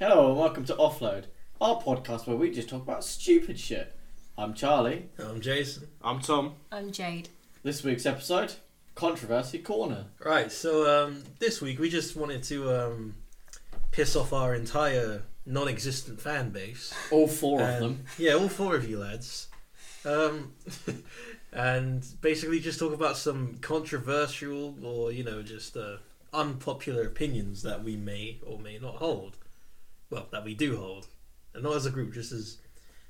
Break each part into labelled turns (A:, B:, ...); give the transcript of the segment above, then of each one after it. A: Hello and welcome to Offload, our podcast where we just talk about stupid shit. I'm Charlie.
B: I'm Jason.
C: I'm Tom.
D: I'm Jade.
A: This week's episode, Controversy Corner.
B: Right, so um, this week we just wanted to um, piss off our entire non-existent fan base.
A: All four of
C: Um,
B: And-
A: them.
B: Yeah, all four of you lads. Um, and basically just talk about some controversial or, you know, just uh, unpopular opinions that we may or may not hold. Well, that we do hold. And not as a group, just as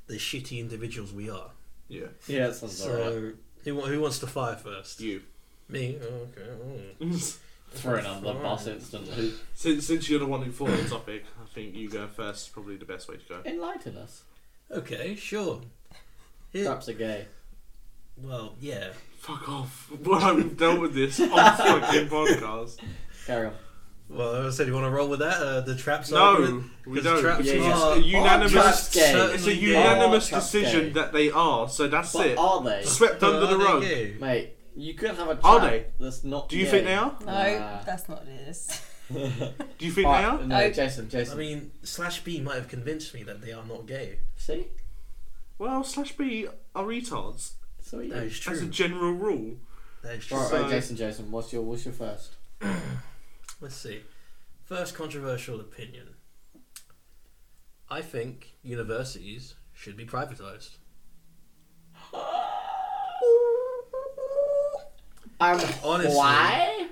B: the shitty individuals we are.
C: Yeah.
A: Yeah, that sounds alright.
B: So, who, wa- who wants to fire first?
C: You.
B: Me? Okay. mm.
A: Throwing under the bus instantly.
C: since since you're the one who thought of the topic, I think you go first. is Probably the best way to go.
A: Enlighten us.
B: Okay, sure. Here-
A: Perhaps a gay.
B: Well, yeah.
C: Fuck off. Well, we've dealt with this on fucking podcast.
A: Carry on.
B: Well, I said you want to roll with that. Uh, the traps.
C: No, we
B: Because
C: don't.
B: traps
C: it's
A: Yeah, yeah.
B: are-
C: a unanimous.
A: traps gay.
C: It's a
B: certainly gay.
C: unanimous
A: Oh, traps gay.
C: decision that they are. So that's
A: But
C: it.
A: are they?
C: Swept
B: But
C: under
B: are
C: the
B: they
C: rug.
B: gay?
A: Mate, you could have a
C: Are
A: chap
C: they?
A: That's not
C: Do you
A: gay.
C: think they are?
D: No,
A: Nah.
D: that's not it. Is.
C: Do you think they
A: Alright,
C: are?
A: No,
D: I-
A: Jason,
B: I
A: Jason.
B: mean, slash B might have convinced me that they are not gay.
A: See?
C: Well, slash B are retards
A: So are you.
B: That is true.
C: as a general rule.
B: that is true.
A: Alright,
C: so-
A: Jason, Jason, what's your what's your first?
B: Let's see. First controversial opinion. I think universities should be privatized.
A: Um,
B: Honestly.
A: why?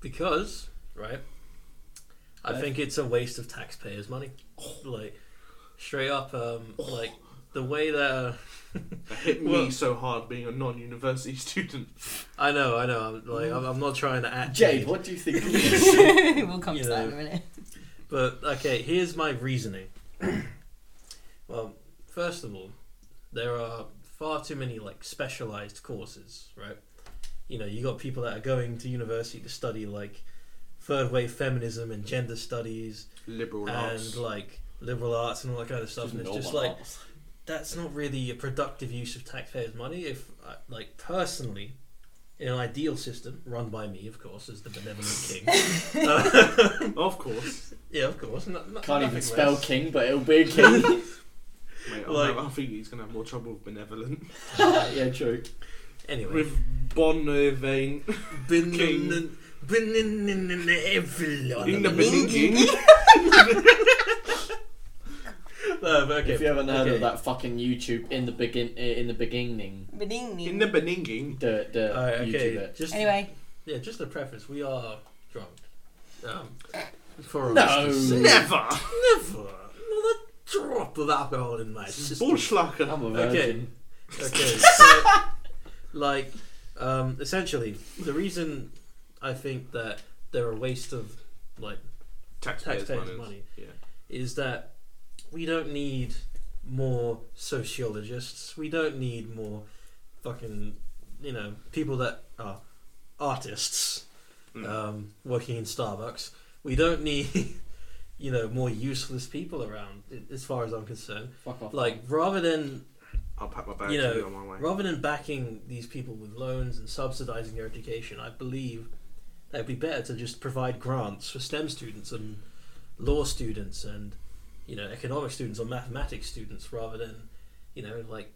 B: Because, right? I think it's a waste of taxpayers' money. Like, straight up, um, like the way that
C: That hit me
B: Well-
C: so hard being a non-university student.
B: I know, I know. I'm like, I'm, I'm not trying to act
A: Jade, what do you think? of this?
D: we'll come
B: You
D: to that in a
B: know.
D: minute.
B: But okay, here's my reasoning. well, first of all, there are far too many like specialized courses, right? You know, you got people that are going to university to study like third wave feminism and gender studies
C: Liberal
B: and
C: arts.
B: like liberal arts and all that kind of stuff, and it's just like
A: Just
B: that's not really a productive use of taxpayers' money. If I- like personally. In an ideal system, run by me, of course, as the benevolent king. Uh,
C: Of course.
B: yeah, of course. no- no-
A: Can't even
B: nothing
A: spell
B: less.
A: king, but it'll be a king.
C: Mate, I-
B: Like-
C: I think he's gonna have more trouble with benevolent.
A: yeah, true.
B: Anyway,
C: With Bon Irving.
B: Bin-
C: King.
B: bin- bin- bin- bin- bin- everyone.
C: In the beginning.
B: No, but Oh, okay.
A: If you haven't heard
B: okay.
A: of that fucking YouTube in the begin eh, in the beginning,
C: In the beninging.
A: the the
B: Alright,
A: YouTube
B: okay.
A: it.
B: Just,
D: Anyway,
B: Yeah, just a preface. We are drunk. Um, for
A: No.
B: us to say-
C: Never!
B: Never. Not a drop of alcohol in my system.
C: Bullschlacker.
A: I'm a
B: Okay.
A: virgin.
B: Okay, so, like, um, essentially, the reason I think that they're a waste of, like,
C: Taxpayers',
B: Taxpayers'
C: money.
B: money.
C: Yeah.
B: is that we don't need more sociologists. We don't need more fucking, you know, people that are artists
C: Mm.
B: um, working in Starbucks. We don't need, you know, more useless people around, i- as far as I'm concerned.
A: Fuck off.
B: Like, rather than
C: I'll pack my bags
B: You know,
C: and be on my way.
B: Rather than backing these people with loans and subsidising their education, I believe that would be better to just provide grants for STEM students and law students and you know economic students or mathematics students rather than you know like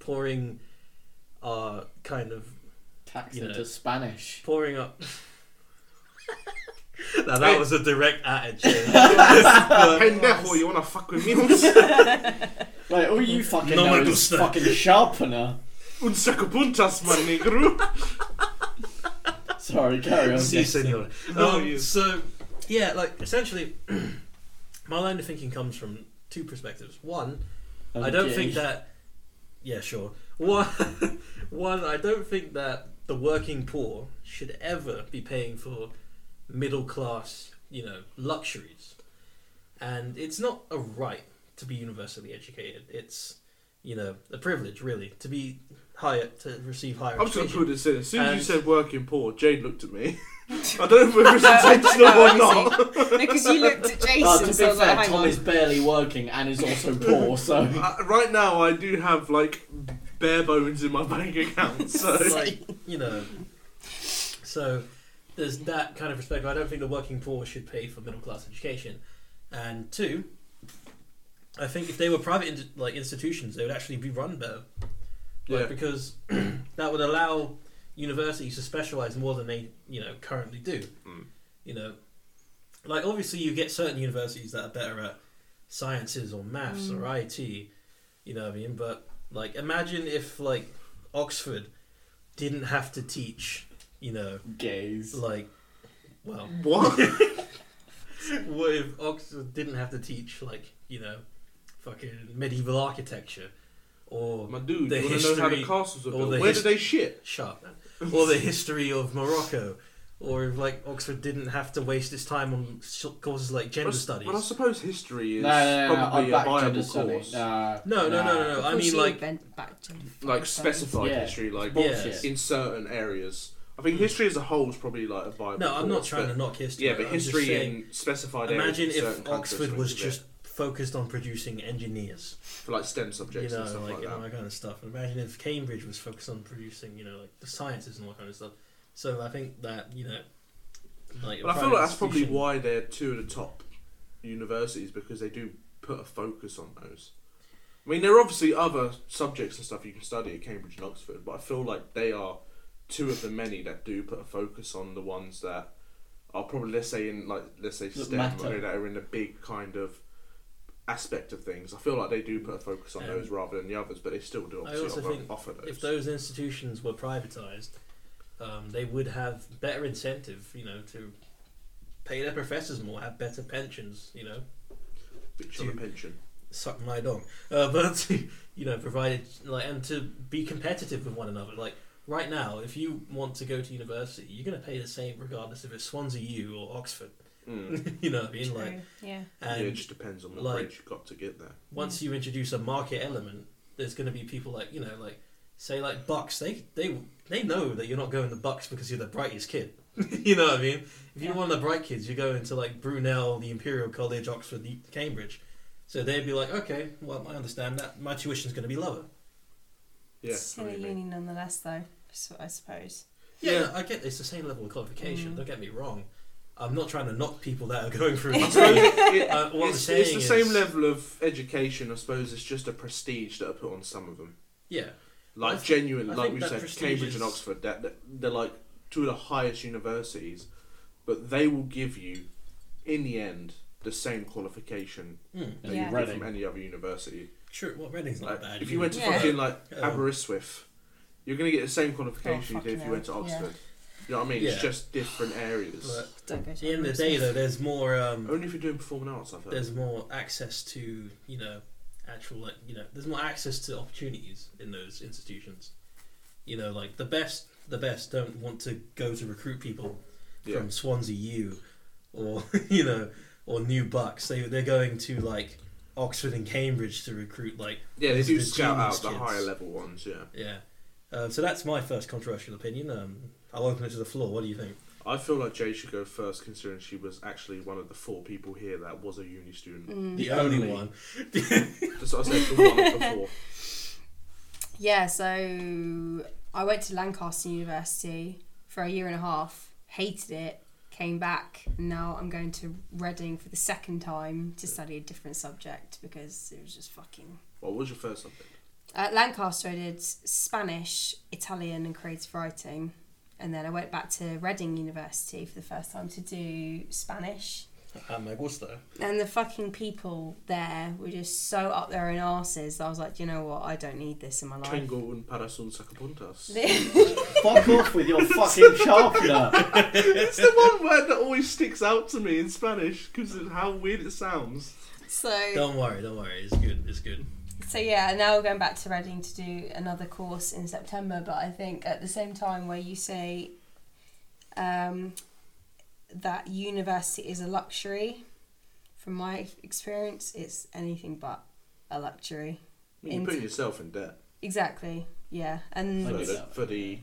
B: pouring our kind of
A: tax
B: you know.
A: into Spanish.
B: pouring up. now that
C: Hey.
B: was a direct attitude.
C: Pendejo, you wanna fuck with me? Un
A: Like all you fucking
B: No
A: know
B: me
A: is
B: gusta.
A: fucking sharpener.
C: saco puntas, my negro.
A: Sorry, carry on.
B: Si,
A: Jason.
B: senor.
C: No,
B: Um,
C: you-
B: so, yeah, like essentially, my line of thinking comes from two perspectives. One,
A: I'm
B: I don't
A: gay.
B: think that. Yeah, sure. One, one, I don't think that the working poor should ever be paying for middle class, you know, luxuries. And it's not a right to be universally educated. It's, you know, a privilege really to be higher to receive higher.
C: I'm just gonna
B: education.
C: put this in. As soon as you
B: And-
C: said working poor, Jade looked at me. I don't know if it was intentional or not.
D: because you looked at Jason,
A: Oh, to be
D: so I
A: fair,
D: was like, hang
A: Tom
D: on.
A: is barely working and is also poor, so
C: Uh, right now, I do have like bare bones in my bank account, so
B: like you know so there's that kind of respect. I don't think the working poor should pay for middle class education. And two, I think if they were private in- like institutions, they would actually be run better. Like,
C: Yeah.
B: Because that would allow universities to specialize more than they you know currently do.
C: Mm.
B: You know, like obviously you get certain universities that are better at sciences or maths or IT. You know what I mean? But like, imagine if like Oxford didn't have to teach. You know,
A: Gays.
B: like, well,
C: What?
B: what if Oxford didn't have to teach like you know, fucking medieval architecture, or
C: My dude,
B: The
C: you want to know how the
B: history-
C: castles are
B: all
C: built?
B: the
C: Where
B: his-
C: did they shit?
B: sharp man, or the history of Morocco, or if like Oxford didn't have to waste its time on s- courses like gender
C: Well, I s-
B: studies.
C: Well, I suppose history
A: No,
C: is
A: no, no, no.
C: probably
A: I'm
C: a
A: back
C: viable
A: gender studies.
C: course.
A: Nah,
B: no, no,
A: nah.
B: no, no, no. I
D: Of course
B: mean,
D: you
B: like,
D: went back to
C: Like
D: first.
C: specified
A: Yeah.
C: history, like
A: Bullshit.
C: in certain areas. I think history as a whole is probably like a viable.
B: Mm. no, I'm not
C: course,
B: trying
C: but-
B: to knock history.
C: Yeah, but
B: I'm just
C: history
B: saying,
C: in specified
B: Imagine
C: areas. in certain
B: if
C: countries
B: Oxford
C: would
B: was
C: be
B: just focused on producing engineers,
C: there, for like STEM
B: you
C: subjects
B: know,
C: and stuff
B: like,
C: like,
B: and all
C: that.
B: that kind of stuff. And Imagine if Cambridge was focused on producing, you know, like the sciences and all that kind of stuff. So I think that you know, like, a
C: But I feel
B: private
C: like that's probably
B: institution-
C: why they're two of the top universities because they do put a focus on those. I mean, there are obviously other subjects and stuff you can study at Cambridge and Oxford, but I feel like they are two of the many that do put a focus on the ones that are probably let's say in like let's say
A: That
C: STEM
A: matter.
C: or that are in the big kind of aspect of things. I feel like they do put a focus on
B: Um,
C: those rather than the others, but they still do
B: I
C: obviously
B: also
C: offer,
B: think
C: offer those.
B: if those institutions were privatized, um, they would have better incentive, you know, to pay their professors more, have better pensions, you know,
C: Bitch on a
B: do-
C: pension.
B: suck my dong, uh, but to, you know, provided like and to be competitive with one another. Like right now, if you want to go to university, you're gonna pay the same regardless if it's Swansea U or Oxford.
C: Mm.
B: you know, what I mean,
D: True,
B: like,
D: yeah.
C: yeah,
B: and
C: it just depends on what
B: Um, like-
C: grade you got to get there.
B: once you introduce a market element, there's going to be people like you know, like say like Bucks. They they they know that you're not going to Bucks because you're the brightest kid. you know what I mean? If you're
D: Yeah.
B: one of the bright kids, you're going to like Brunel, the Imperial College, Oxford, the Cambridge. So they'd be like, okay, well, I understand that my tuition's going to be lower.
C: Yeah, I know
D: Silly
C: what you mean.
D: uni nonetheless, though. So I suppose.
B: Yeah,
C: Yeah.
B: no, I get it's the same level of qualification.
D: Mm.
B: Don't get me wrong. I'm not trying to knock people that are going through.
C: I suppose
B: it.
C: it-
B: Uh, what I'm
C: it's,
B: saying
C: it's the
B: is-
C: same level of education, I suppose. It's just a prestige that I put on some of them.
B: yeah, I
C: Like
B: thi-
C: genuine,
B: I
C: like
B: think
C: we
B: that
C: said,
B: prestige
C: Cambridge and
B: is-
C: Oxford. That, that they're like two of the highest universities, but they will give you, in the end, the same qualification
B: mm,
A: And
D: Yeah.
A: you
C: that
A: read
C: you get
A: it.
C: from any other university.
B: sure. Well, Reading's not
C: Like,
B: bad.
C: if you went to
D: Yeah.
C: fucking like
B: Oh.
C: Aberystwyth, you're gonna get the same qualification
D: Oh,
C: you did if you
D: fucking
C: went to
D: hell. Yeah.
C: Oxford. You know what I mean?
B: Yeah.
C: It's just different areas.
B: But
D: Don't go
B: at
D: to
B: the end of the day, though, there's more. Um,
C: Only if you're doing performing arts, I've heard.
B: there's more access to you know actual like you know there's more access to opportunities in those institutions you know like the best the best don't want to go to recruit people
C: yeah.
B: from swansea u or you know or new bucks they, they're going to like oxford and cambridge to recruit like
C: yeah, they
B: these
C: do
B: are the
C: scout out
B: genius
C: the
B: kids.
C: higher level ones. Yeah.
B: yeah uh, so that's my first controversial opinion um, i'll open it to the floor what do you think
C: I feel like Jay should go first, considering she was actually one of the four people here that was a uni student.
D: Mm.
B: the
A: only-
B: only one
C: That's what I said. The one of the four.
D: Yeah, so I went to Lancaster University for a year and a half, hated it, came back, and now I'm going to Reading for the second time to study a different subject because it was just fucking.
C: What was your first subject?
D: At Lancaster, I did Spanish, Italian, and creative writing. And then I went back to Reading University for the first time to do Spanish.
B: Ah, me gusta.
D: And the fucking people there were just so up their own arses that I was like, you know what, I don't need this in my life.
C: Tengo un para son sacapuntas.
A: Fuck off with your fucking sharpener.
C: it's the one word that always sticks out to me in Spanish because of how weird it sounds.
D: so
B: don't worry don't worry it's good it's good
D: So yeah, now we're going back to Reading to do another course in September. But I think at the same time, where you say um, that university is a luxury, from my experience, it's anything but a luxury.
C: I mean,
D: In-
C: you're putting yourself in debt
D: Exactly. Yeah,
C: for
D: and
A: Like-
C: the, for the,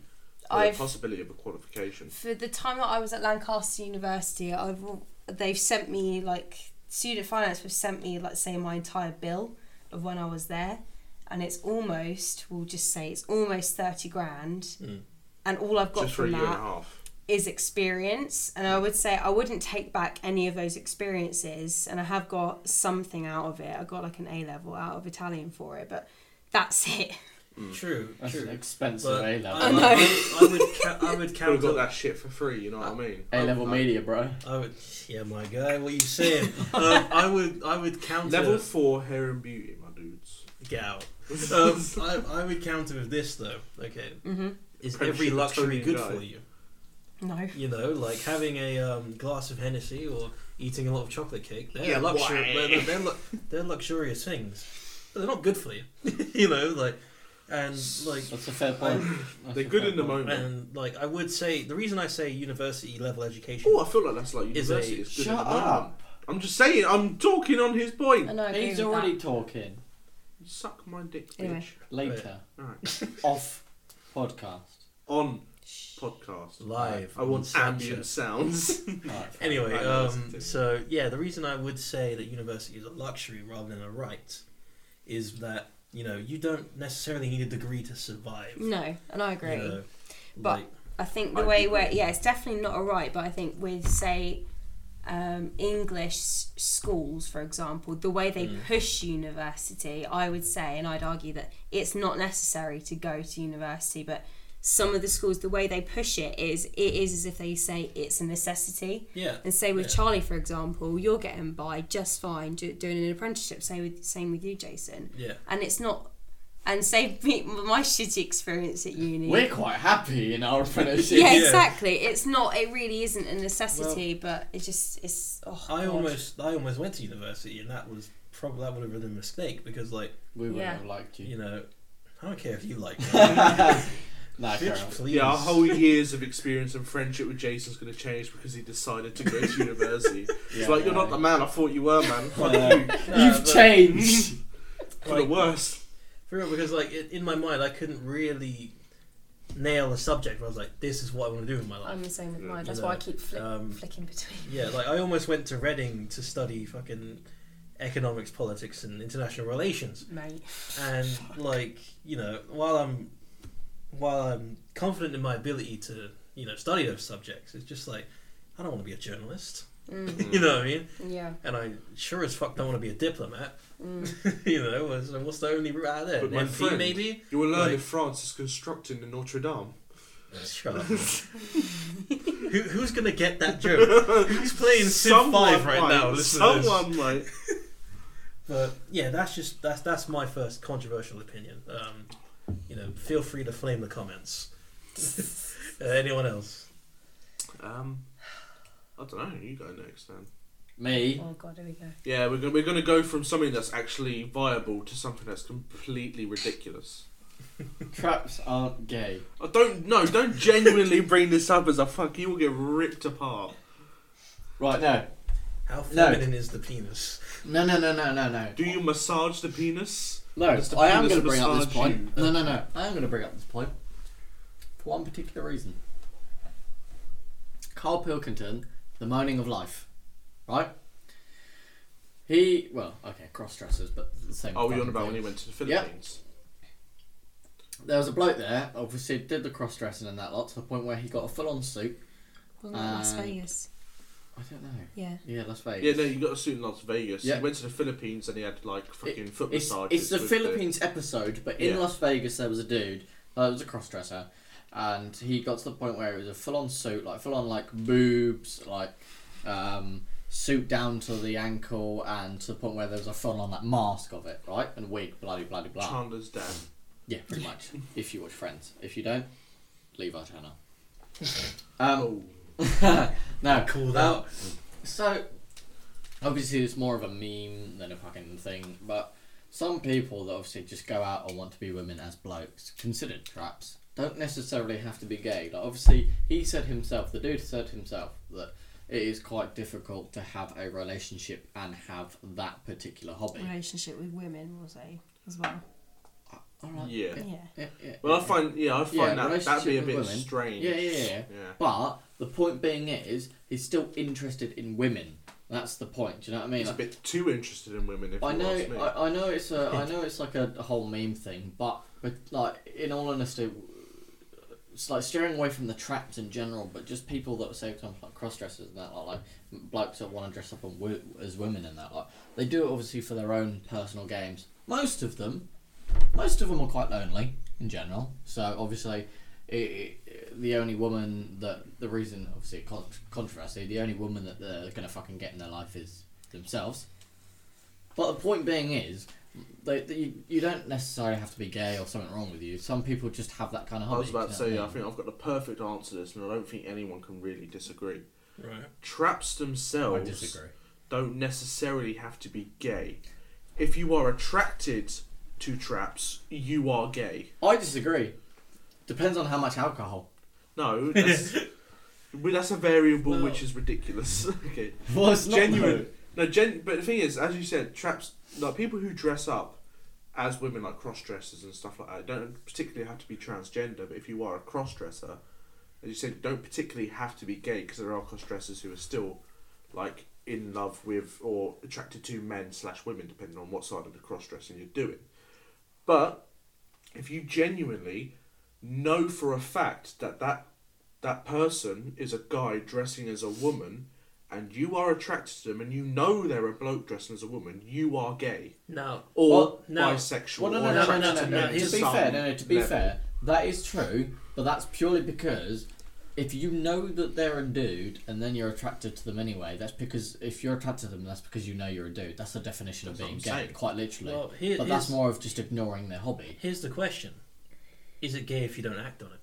C: for the
D: I've
C: possibility of a qualification.
D: for the time that I was at Lancaster University, I've al- they've sent me like student finance have sent me like say my entire bill of when I was there, and it's almost we'll just say it's almost thirty grand,
B: Mm.
D: and all I've got
C: Hmm. Just for a
D: from
C: year and a
D: that
C: half.
D: is experience and i would say i wouldn't take back any of those experiences and i have got something out of it i got like an a level out of italian for it but that's it
C: Mm.
B: True,
A: That's an
B: true.
A: expensive
B: But
A: A
B: I,
A: level.
D: I
B: would-
D: know.
B: I would, I would, ca- I would
C: Could have
B: count
C: got
B: up
C: that shit for free. You know what I mean?
A: A level
C: I-
A: media, bro.
B: I would, yeah, my guy. What are you saying? um, I would, I would counter.
C: Level four hair and beauty, my dudes.
B: Get out. Um, I, I would counter with this though. Okay,
D: mm-hmm.
B: is
C: Pretty
B: every
C: sure
B: luxury
C: Tony
B: good
C: died.
B: for you?
D: no
B: You know, like having a um, glass of Hennessy or eating a lot of chocolate cake. They're
C: Yeah,
B: luxury.
C: why?
B: They're, they're, they're, lu- they're luxurious things, but they're not good for you. you know, like and like
A: That's a fair point. That's
C: They're
A: a
C: good
A: fair
C: in the
A: point.
C: moment.
B: and like I would say the reason I say university level education.
C: Oh, I feel like that's like
B: Is
C: university.
B: a-
C: It's good in the
A: Shut
C: moment.
A: up.
C: I'm just saying. I'm talking on his
D: i
C: point.
D: know I agree
A: He's
D: with
A: already
D: that.
A: talking.
C: You suck my dick, bitch.
D: Anyway.
A: Later.
C: Alright.
A: Off podcast.
C: On podcast.
B: Live
C: I want
B: on Snapchat.
C: ambient sounds.
A: Alright, fine.
B: Anyway,
C: I know, that's
B: um,
C: it.
B: so yeah, the reason I would say that university is a luxury rather than a right is that you know you don't necessarily need a degree to survive.
D: no and i agree
B: You know,
D: Mm, But-
B: like,
D: I think the
C: I'd
D: way
C: agree.
D: where yeah, it's definitely not a right, but I think with say um, English s- schools, for example, the way they
B: Mm.
D: push university, I would say, and I'd argue that it's not necessary to go to university, but some of the schools, the way they push it is it is as if they say it's a necessity.
B: yeah,
D: And say with
B: Yeah.
D: Charlie, for example, you're getting by just fine do, doing an apprenticeship. Say with same with you, Jason.
B: yeah,
D: And it's not. And say me, my shitty experience at uni.
A: We're quite happy in our apprenticeship.
D: Yeah,
B: Yeah.
D: exactly. It's not. It really isn't a necessity, but it just it's. Oh,
B: I
D: God.
B: almost I almost went to university and that was probably that would have been a mistake because like
A: We would
D: Yeah.
A: have liked you.
B: you know I don't care if you like me.
A: Nah, fair
B: Bitch,
A: enough.
B: please.
C: Yeah, our whole years of experience and friendship with Jason's going to change because he decided to go to university.
A: Yeah,
C: it's like, you're
A: yeah.
C: not the man I thought you were, man. Fuck
A: Yeah.
C: you.
B: No,
A: You've
B: but-
A: changed.
C: For the worst.
B: For real, because like it, in my mind, I couldn't really nail a subject. Where I was like, "This is what I want to do in my life."
D: I'm the same with
C: Yeah.
D: mine. That's
B: You
D: why I
B: know,
D: keep flick,
B: um,
D: flicking between.
B: Yeah, like I almost went to Reading to study fucking economics, politics, and international relations.
D: Mate,
B: And like you know, while I'm while I'm confident in my ability to you know study those subjects, it's just like I don't want to be a journalist.
D: Mm.
B: you know what I mean?
D: yeah, Mm.
B: And I sure as fuck don't want to be a diplomat. you know, so what's the only route out there?
C: But
B: An
C: my
B: MP
C: friend-
B: maybe?
C: You will learn
B: Like-
C: if France is constructing the Notre Dame.
B: Shut up. Who, who's gonna get that joke? Who's playing Civ Five right
C: might,
B: now? listeners?
C: Someone might.
B: But yeah, that's just that's that's my first controversial opinion. Um, you know, feel free to flame the comments. uh, anyone else?
C: Um, I don't know. You go next, then.
A: Me.
D: Oh God, here we go.
C: Yeah, we're gonna, we're going to go from something that's actually viable to something that's completely ridiculous.
A: Traps aren't gay.
C: I don't no, don't genuinely bring this up as a fuck. You will get ripped apart.
A: Right, no.
B: How
A: No.
B: feminine is the penis?
A: No, no, no, no, no, no.
C: Do you massage the penis?
A: No,
C: Does the
A: I am
C: penis
A: going to bring up this
C: massage
A: point. No, no, no. I am going to bring up this point. For one particular reason. Carl Pilkington, The Moaning of Life. Right? He, well, okay, cross dressers, but the same.
C: Oh, you're on
A: fucking
C: about
A: thing.
C: when he went to the Philippines.
A: There was a bloke there, obviously did the cross dressing and that lot to the point where he got a full on suit.
D: Wasn't that Las
A: Um,
D: Vegas?
A: I don't know.
D: Yeah.
A: Yeah, Las Vegas.
C: Yeah, no, you got a suit in Las Vegas.
A: Yeah.
C: He went to the Philippines and he had like fucking foot
A: it's,
C: massages.
A: it's the
C: with
A: Philippines episode, but in
C: Yeah.
A: Las Vegas there was a dude. Uh, it was a crossdresser, and he got to the point where it was a full-on suit, like full-on like boobs, like um, suit down to the ankle, and to the point where there was a full-on like mask of it, right, and wig, bloody bloody blah.
C: Chandler's dad.
A: yeah, pretty much. if you watch Friends, if you don't, leave our channel. um, no, um,
B: Called out.
A: so, obviously, it's more of a meme than a fucking thing, but some people that obviously just go out and want to be women as blokes, considered traps, don't necessarily have to be gay. Like, obviously, he said himself, the dude said himself, that it is quite difficult to have a relationship and have that particular hobby.
D: Relationship with women was a as well.
A: All right.
C: Yeah.
D: Yeah.
A: Yeah, yeah,
C: Well, I
A: yeah.
C: find yeah, I find
A: Yeah,
C: that that'd be
A: relationship with
C: a bit
A: women.
C: strange.
A: Yeah, yeah, yeah. But the point being is, he's still interested in women. That's the point. Do you know what I mean?
C: He's a
A: Like,
C: bit too interested in women. If
A: I
C: you
A: know,
C: ask me.
A: I, I know it's a, I know it's like a, a whole meme thing, but but like in all honesty, it's like steering away from the traps in general, but just people that say, for example, like cross dressers and that, like, like blokes that want to dress up on, wo- as women and that, like, they do it obviously for their own personal games. Most of them, most of them are quite lonely in general. So obviously, i i the only woman that the reason obviously con- controversy, the only woman that they're gonna fucking get in their life is themselves. But the point being is. They, they, you- you don't necessarily have to be gay or something wrong with you. Some people just have that kind of hobby.
C: I was about
A: do
C: to
A: you know what
C: say, I
A: mean?
C: think I've got the perfect answer to this, and I don't think anyone can really disagree.
B: Right.
C: Traps
A: I
C: themselves
A: disagree.
C: don't necessarily have to be gay. If you are attracted to traps, you are gay.
A: I disagree. Depends on how much alcohol.
C: No, that's, well, that's a variable
B: Well-
C: which is ridiculous. okay,
A: Well, it's not
C: genuine. No, gen. But the thing is, as you said, traps like people who dress up as women, like cross dressers and stuff like that, don't particularly have to be transgender. But if you are a cross dresser, as you said, don't particularly have to be gay because there are cross dressers who are still like in love with or attracted to men slash women, depending on what side of the cross dressing you're doing. But if you genuinely know for a fact that that that person is a guy dressing as a woman and you are attracted to them and you know they're a bloke dressing as a woman, you are gay
B: Now,
C: or
B: Well, no.
C: bisexual.
A: Well, no,
C: or
A: no, no, no, no,
C: attracted
A: no,
C: to
A: no.
C: men
A: To be
C: some
A: fair, no, no. To be
C: level.
A: fair, that is true, but that's purely because if you know that they're a dude and then you're attracted to them anyway, that's because if you're attracted to them, that's because you know you're a dude. That's the definition
C: That's
A: of
C: what
A: being
C: I'm
A: gay,
C: saying.
A: quite literally.
B: Well, here-
A: but that's
B: here's-
A: more of just ignoring their hobby.
B: here's the question: Is it gay if you don't act on it?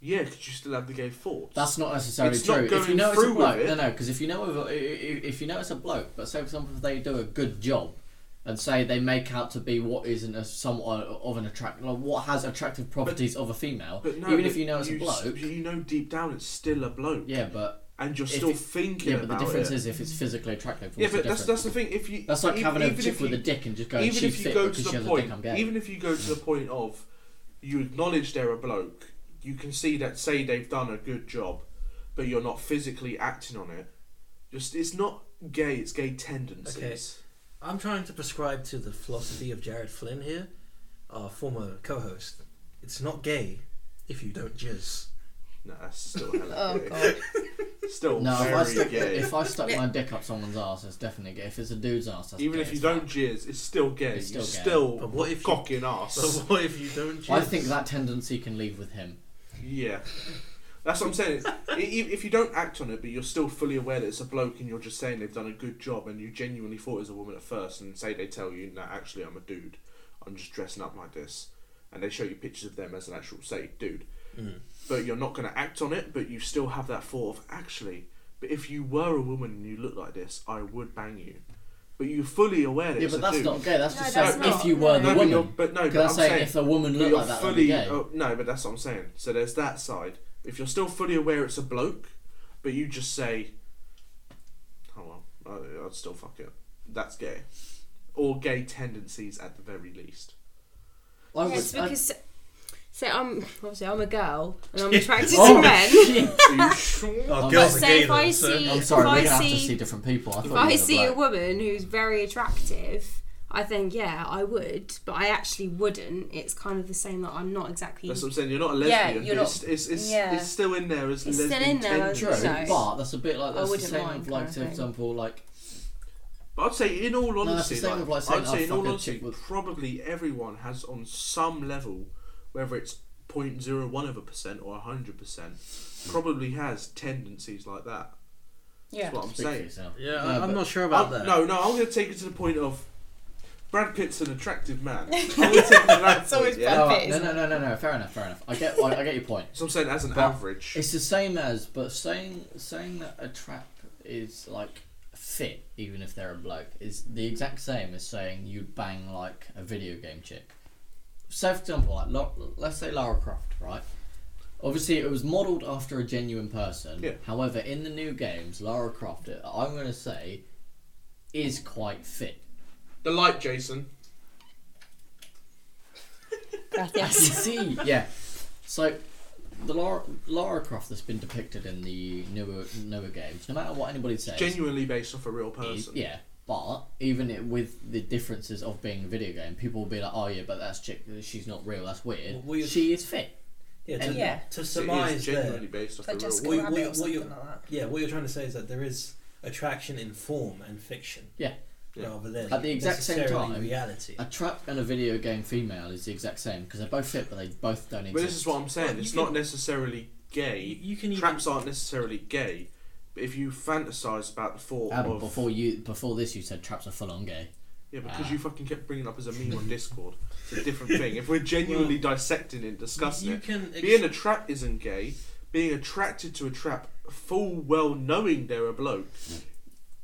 C: Yeah, because you still have the gay thoughts.
A: That's not necessarily
C: It's not
A: true. if you
C: going
A: know it's a
C: through with
A: bloke,
C: it.
A: no, no, because if you know if, if if you know it's a bloke, but say for example if they do a good job, and say they make out to be what isn't a somewhat of an attract, like what has attractive properties of a female,
C: but no,
A: even
C: but
A: if you know it's a
C: s-
A: bloke.
C: you know deep down it's still a bloke.
A: yeah, but
C: and you're
A: if
C: still
A: it-
C: thinking
A: yeah, but the
C: about
A: difference
C: it.
A: is if it's physically attractive.
C: yeah,
A: What's
C: but
A: the
C: that's that's
A: difference?
C: the thing. If you
A: That's like
C: even-
A: having a
C: even
A: chick
C: if
A: with
C: you-
A: a dick and just going,
C: even
A: she's
C: if you
A: fit
C: go
A: because
C: to
A: she
C: the
A: has a
C: point,
A: dick. I'm gay.
C: even if you go to the point of you acknowledge they're a bloke, you can see that say they've done a good job, but you're not physically acting on it. Just it's not gay. It's gay tendencies.
B: I'm trying to prescribe to the philosophy of Jared Flynn here, our former co-host. It's not gay if you don't jizz.
C: No, that's still hella
D: Oh,
C: gay.
D: God.
C: Still
A: no, if I,
C: very
A: stuck,
C: gay.
A: if I stuck my dick up someone's ass, it's definitely gay. If it's a dude's ass, that's
C: even
A: gay
C: if you
A: as
C: don't
A: fuck.
C: jizz, it's still gay.
A: It's
C: you're
A: still gay.
C: still
B: But what if you-
C: cocking ass?
B: So what if you don't jizz?
A: I think that tendency can leave with him.
C: Yeah. That's what I'm saying. I- i- if you don't act on it, but you're still fully aware that it's a bloke and you're just saying they've done a good job and you genuinely thought it was a woman at first and say they tell you, no, actually, I'm a dude. I'm just dressing up like this. And they show you pictures of them as an actual, say, dude.
A: Mm.
C: But you're not going to act on it, but you still have that thought of, actually, but if you were a woman and you looked like this, I would bang you. But you're fully aware that
A: Yeah,
C: it's
A: but
C: a
A: that's
C: dude.
A: not gay. That's
D: No,
A: just
D: that's
A: saying
D: not.
A: if you were
D: No,
A: the
C: but you're-
A: woman.
C: but no,
A: Because
C: but
A: that's
C: I'm
A: saying,
C: saying-
A: if a woman looked
C: you're
A: like that, that'd be
C: fully
A: gay.
C: oh, no, but that's what I'm saying. So there's that side. If you're still fully aware it's a bloke, but you just say, "Oh well, I, I'd still fuck it," that's gay, or gay tendencies at the very least.
A: I
D: Yes,
A: would- I-
D: because say I'm obviously I'm a girl and I'm attracted
B: Oh,
D: to men.
C: So you sure?
B: Oh,
A: But
B: girls are
D: say
B: gay
D: if I
B: then, so-
D: see-
A: I'm sorry,
D: if
A: we're
D: I
A: gonna have to
D: see-
A: see different people. I
D: If
A: thought
D: I
A: you were
D: see a
A: black.
D: woman who's very attractive, I think yeah, I would, but I actually wouldn't. It's kind of the same that I'm not exactly.
C: That's what I'm saying. You're not a
D: Yeah,
C: lesbian.
D: you're
C: but it's, it's, it's,
D: yeah.
C: it's still in there as
D: It's still
C: lesbian
D: in there as-
C: tendencies.
A: True,
D: No.
A: but that's a bit like that's the
D: wouldn't
A: same
D: mind
A: with like,
D: kind of
A: say, for
D: thing.
A: example, like
C: But I'd say, in all
A: that's the
C: honesty,
A: same
C: like,
A: with, like, saying
C: I'd say,
A: I'll
C: in all
A: fuck a
C: honesty,
A: chick with-
C: probably everyone has on some level, whether it's 0.01 of a percent or 100%, probably has tendencies like that. That's what I'm
A: speak for
C: saying.
A: yourself.
B: Yeah,
A: No,
B: I,
A: but-
B: I'm not sure about
C: I'm-
B: that.
C: no, no, I'm going to take it to the point of Brad Pitt's an attractive man. I'm going to take it to that
D: It's
C: point,
D: always
C: yeah?
D: Brad.
A: No,
D: Fit,
A: no,
D: isn't
A: no, no, no, no. Fair enough, fair enough. I get, I, I get your point.
C: So I'm saying as an
A: But
C: average.
A: It's the same as, but saying saying that a trap is like fit, even if they're a bloke, is the exact same as saying you'd bang like a video game chick. So, for example, like Lar- let's say Lara Croft, right? Obviously, it was modelled after a genuine person.
C: Yeah.
A: However, in the new games, Lara Croft, I'm going to say, is quite fit.
C: The light, Jason.
A: You
D: yes.
A: see, yeah. So the Lara, Lara Croft that's been depicted in the newer newer games, no matter what anybody says,
C: Genuinely based off a real
A: is-
C: person.
A: yeah. But even it, with the differences of being a video game, people will be like, "Oh yeah, but that's chick. She's not real. That's weird."
B: Well, we-
A: she is fit.
B: Yeah, to,
D: Yeah.
B: to
C: it is
B: surmise
C: genuinely
B: there.
C: based off
D: Like
C: the
D: just
B: We-
C: real world.
B: we-
D: Rabbit or
B: we-
D: something
B: you-
D: like that.
B: Yeah, what you're trying to say is that there is attraction in form and fiction.
A: Yeah.
C: Yeah.
B: Rather than
A: At the exact same
B: necessarily
A: time-
B: reality.
A: A trap and a video game female is the exact same because they're both fit, but they both don't exist.
C: But this is what I'm saying.
B: Well,
C: it's
B: you
C: not
B: can-
C: necessarily
B: You,
C: gay.
B: you can even
C: Traps aren't necessarily gay. But if you fantasize about the thought
A: Adam,
C: of
A: before you, before this, you said traps are full on gay.
C: yeah, because
A: Ah.
C: you fucking kept bringing it up as a meme on Discord, it's a different thing. If we're genuinely dissecting it, and discussing
B: you
C: it,
B: can ex-
C: being a trap isn't gay. Being attracted to a trap, full well knowing they're a bloke,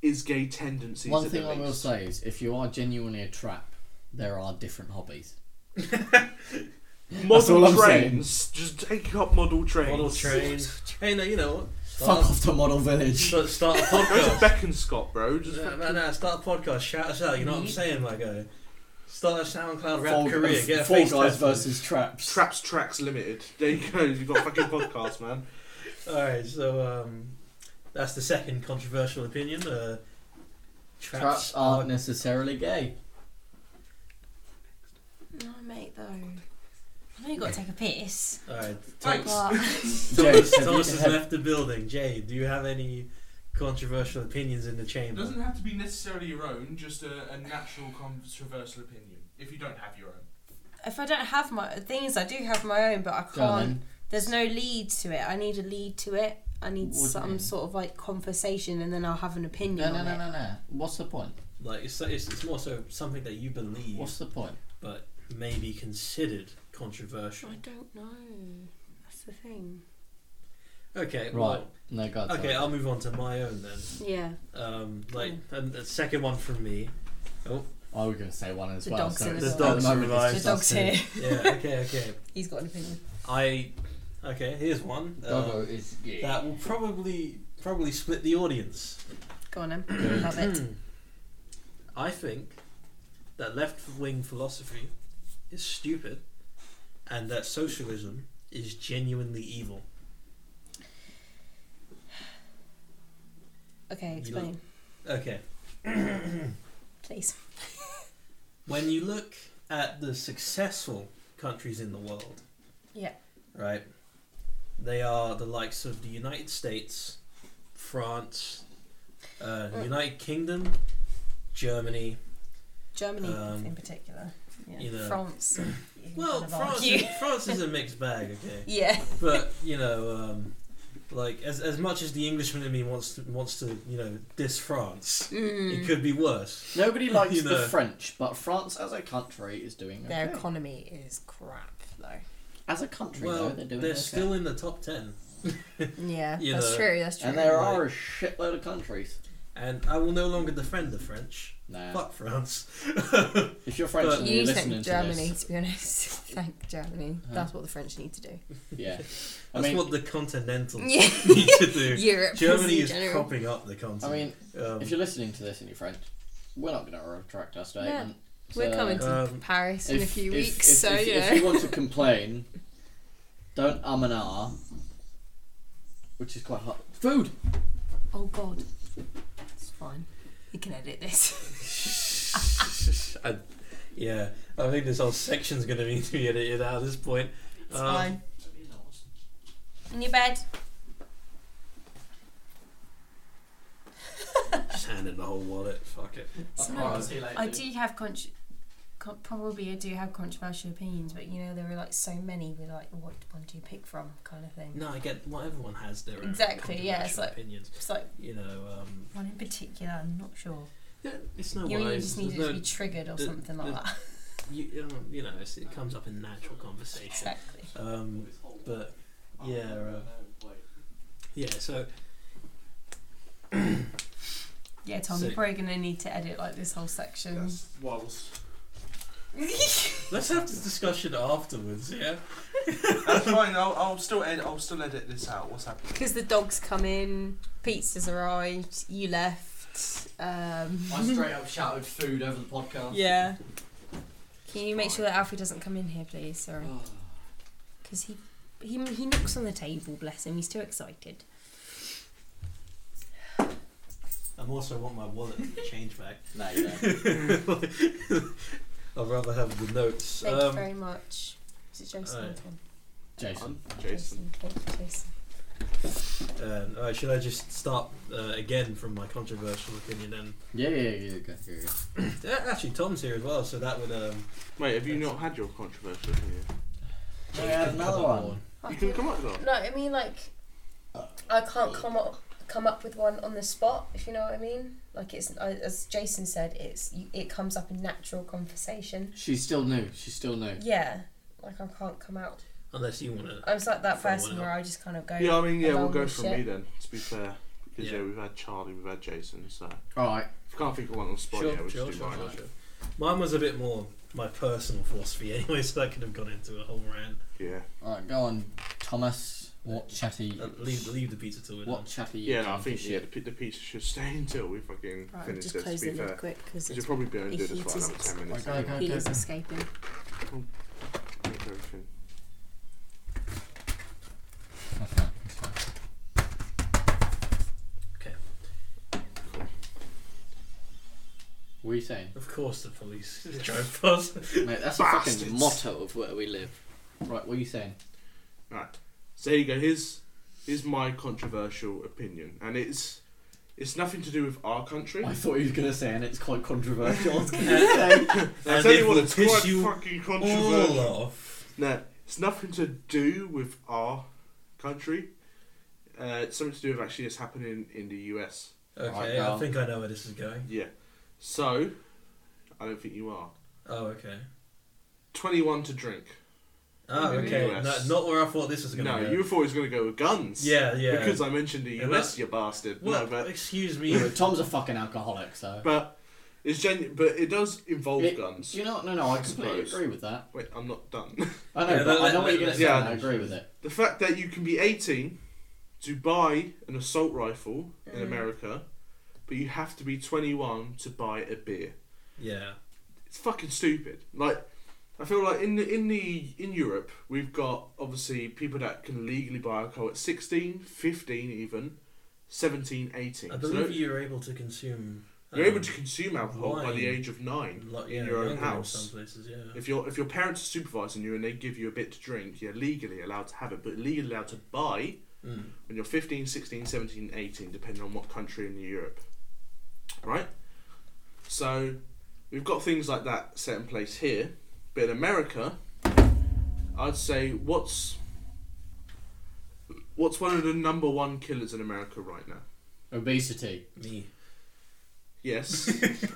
C: is gay tendencies.
A: One
C: at
A: thing
C: the
A: I will
C: least.
A: say is, if you are genuinely a trap, there are different hobbies. That's
C: model
A: all I'm
C: trains. Just take up model trains.
B: model trains. hey, no, you know what?
A: Fuck off to Model Village.
B: Start, start a
C: Go to
B: podcast.
C: Beckenscott, bro. Just
B: no, no, no, start a podcast. Shout us out. You know what I'm saying? Like a start a SoundCloud rap
A: Fall-
B: career. Get a
A: Fall
B: face
A: Guys
B: tattoo.
A: versus Traps.
C: Traps Tracks Limited. There you go. You've got a fucking podcast, man.
B: All right, so um, that's the second controversial opinion. Uh, traps,
A: Traps
B: are
A: aren't necessarily gay.
D: No, mate, though. I know you got to take a piss.
B: All right,
D: But
B: Thomas,
A: Jade,
B: Thomas,
A: have you-
B: Thomas has
A: have-
B: left the building. Jay, do you have any controversial opinions in the
C: It
B: chamber?
C: doesn't have to be necessarily your own, just a, a natural controversial opinion. If you don't have your own.
D: if I don't have my things, I do have my own, but I
A: Go on
D: can't.
A: then.
D: There's no lead to it. I need a lead to it. I need
A: What do you
D: some
A: mean?
D: sort of like conversation, and then I'll have an
A: No,
D: opinion
A: no,
D: on
A: no,
D: it.
A: no, no. What's the point?
B: Like it's, it's, it's more so something that you believe,
A: What's the point?
B: but may be considered controversial.
D: I don't know. That's the thing.
B: Okay,
A: Right.
B: right.
A: No, God.
B: okay, I'll move on to my own then.
D: Yeah,
B: Um, like
D: Mm.
B: and the second one from me.
A: I was going to say one as
D: The
A: well.
D: dog's
A: so
D: in
A: it's-
D: the
A: at
B: dog's
A: moment it's
B: arrived.
D: the
A: just
D: dog's
A: us two.
D: here.
B: Yeah. Okay. Okay.
D: He's got an opinion.
B: I. Okay. Here's one. Um,
A: Doggo is gay.
B: that will probably probably split the audience.
D: Go on, then. Mm. Love it.
B: Hmm. I think that left wing philosophy is stupid and that socialism is genuinely evil.
D: Okay,
B: You
D: explain,
B: Okay.
D: please.
B: When you look at the successful countries in the world,
D: Yeah.
B: right, they are the likes of the United States, France, uh,
D: Mm.
B: United Kingdom, Germany,
D: Germany
B: Um,
D: in particular. Yeah.
B: you know-
D: France. you
B: Well,
D: kind of
B: France,
D: argue.
B: is, France is a mixed bag, okay.
D: Yeah.
B: But you know, um, like as as much as the Englishman in me wants to, wants to, you know, diss France, it
D: Mm.
B: could be worse.
A: Nobody likes
B: You know.
A: the French, but France as a country is doing okay.
D: Their economy is crap, though.
A: as a country,
B: well,
A: though, they're doing
B: they're
A: okay.
B: still in the top ten,
D: Yeah,
B: You
D: that's
B: know,
D: true. That's true.
A: and there
B: Right.
A: are a shitload of countries.
B: and I will no longer defend the French.
A: Nah.
B: Fuck France.
A: If you're French
B: But-
A: and
D: You
A: you're
D: thank
A: listening
D: Germany,
A: to
D: to be honest. thank Germany.
B: Uh-huh.
A: Huh?
D: That's what the French need to do.
A: this, yeah. I
B: That's
A: mean,
B: what the Continentals
D: Yeah.
B: need to do.
D: Europe.
B: Germany
D: in
B: is
D: general.
B: propping up the continent.
A: I mean,
B: um,
A: if you're listening to this and you're French, we're not going to retract our statement.
D: We're
A: So,
D: coming to
B: Um,
D: Paris in a
A: if-
D: few
A: if-
D: weeks,
A: if,
D: so
A: if,
D: you
A: if
D: know.
A: you want to complain, don't um and ah, which is quite hot. Food.
D: oh God, it's fine. You can edit this.
B: I, yeah, I think this whole section's going to need to be edited out at this point.
D: It's
B: Um,
D: fine. In your bed.
B: Just hand in the whole wallet. Fuck it.
D: So, I do have contr con- probably I do have controversial opinions, but you know there are like so many. We're like, what one do you pick from, kind of thing.
B: No, I get what everyone has their own
D: Exactly, yeah, it's
B: controversial
D: like-
B: opinions.
D: It's like
B: You know, um,
D: one in particular. I'm not sure.
B: yeah, it's no
D: you, you
B: wise.
D: just need it
B: There's
D: to
B: no,
D: be triggered or
B: the-
D: something like
B: the-
D: that.
B: you, um, you know, it's, it comes up in natural conversation.
D: Exactly.
B: Um, but yeah, uh, yeah. So
D: Yeah, Tom,
B: So-
D: you're probably gonna need to edit like this whole section.
C: That's whilst.
B: let's have this discussion afterwards. Yeah.
C: That's fine. I'll, I'll still edit. I'll still edit this out. What's happening?
D: Because the dogs come in, pizza's arrived, you left. Um,
A: I straight up shouted food over the podcast.
D: yeah. Can you make sure that Alfie doesn't come in here, please? Sorry, because he, he he knocks on the table. Bless him, he's too excited.
B: I'm also want my wallet change back.
A: No, you don't.
B: I'd rather have the notes.
D: Thank you
B: um,
D: very much. Is it Jason?
B: alright.
D: or Tom?
A: Jason.
C: Jason.
D: Jason.
B: Um, all right, should I just start uh, again from my controversial opinion? And
A: Yeah, yeah, yeah. Go, go, go.
B: Yeah, actually, Tom's here as well, so that would um.
C: Wait, have you not had your controversial opinion?
A: I had another one.
C: You can come up with that.
D: No, I mean like, I can't come up come up with one on the spot. If you know what I mean. Like it's I- as Jason said, it's you- it comes up in natural conversation.
A: She's still new. She's still new.
D: Yeah, like I can't come out.
B: Unless you want to.
D: I was like that
B: Fair
D: person
B: enough.
D: where I just kind of go.
C: Yeah, I mean, yeah, we'll
D: along
C: go
D: with
C: from
D: shit.
C: me then. To be fair, because yeah.
B: Yeah.
C: we've had Charlie, we've had Jason, so if
A: All right.
C: you can't think of one on the spot,
B: Sure,
C: yeah, we'll
B: sure,
C: just do
B: sure,
C: mine.
B: sure, sure. Mine was a bit more my personal philosophy, anyway, so I could have gone into a whole rant.
C: Yeah,
A: All right. Go on, Thomas. What chatty?
B: Uh, leave, leave the pizza till we're
A: What
B: done.
A: chatty?
C: yeah, no, I think yeah,
A: shit.
C: the, pi- the pizza should stay until we fucking
E: Right,
C: finish
E: just
C: this.
E: close
C: To be
E: the lid
C: fair,
E: quick because
C: we should probably be able to do
E: if
C: this
E: it
C: for
E: is-
C: another ten minutes.
A: Okay,
C: anyway.
A: okay.
E: he is escaping.
C: Make everything-
B: Okay.
A: What are you saying?
B: Of course, the police drove past.
A: Mate, that's a
C: Bastards.
A: fucking motto of where we live. Right. What are you saying?
C: Right. So there you go. Here's here's my controversial opinion, and it's it's nothing to do with our country.
A: I thought he was gonna say, and it's quite controversial.
C: I
B: And
C: tell
B: it
C: you what,
B: will
C: it's
B: piss
C: quite
B: you
C: fucking
B: All
C: controversial.
B: off.
C: No, it's nothing to do with our country. Uh, it's something to do with actually it's happening in the US.
A: Right,
B: Okay,
A: now.
B: I think I know where this is going.
C: Yeah. So, I don't think you are.
B: Oh, okay.
C: 21 to drink.
B: Oh,
C: In the
B: okay. No,
C: US.
B: not where I thought this was going to
C: No,
B: go.
C: you thought it was going to go with guns.
B: Yeah, yeah.
C: Because I mentioned the
B: Yeah,
C: US,
B: but-
C: you bastard.
B: Well,
C: no, but,
B: excuse me.
A: Yeah, Tom's a fucking alcoholic, so.
C: but, it's genu- but it does involve
A: It-
C: guns.
A: You know, no, no, I
C: I
A: completely
C: suppose.
A: agree with that.
C: Wait, I'm not done.
A: I know,
B: Yeah,
A: but
B: let-
A: I know
B: let-
A: what you're going
B: let-
A: to say,
C: yeah,
A: and I
C: I know.
A: agree with it.
C: the fact that you can be 18 to buy an assault rifle in
D: Mm.
C: America, but you have to be 21 to buy a beer.
B: yeah.
C: it's fucking stupid. Like, I feel like in the in the in Europe, we've got obviously people that can legally buy alcohol at 16, 15 even, 17, 18.
B: I
C: So
B: believe you're able to consume.
C: you're able
B: um,
C: to consume alcohol by the
B: wine.
C: age of nine
B: lo- yeah,
C: in your
B: longer
C: own
B: some
C: house.
B: places, yeah.
C: If your if your parents are supervising you and they give you a bit to drink, you're legally allowed to have it, but legally allowed to buy
B: Mm.
C: when you're 15, 16, 17, 18, depending on what country in Europe. Right? So we've got things like that set in place here, but in America, I'd say what's what's one of the number one killers in America right now?
A: Obesity,
B: Me.
C: Yes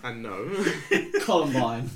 C: and no.
A: Columbine,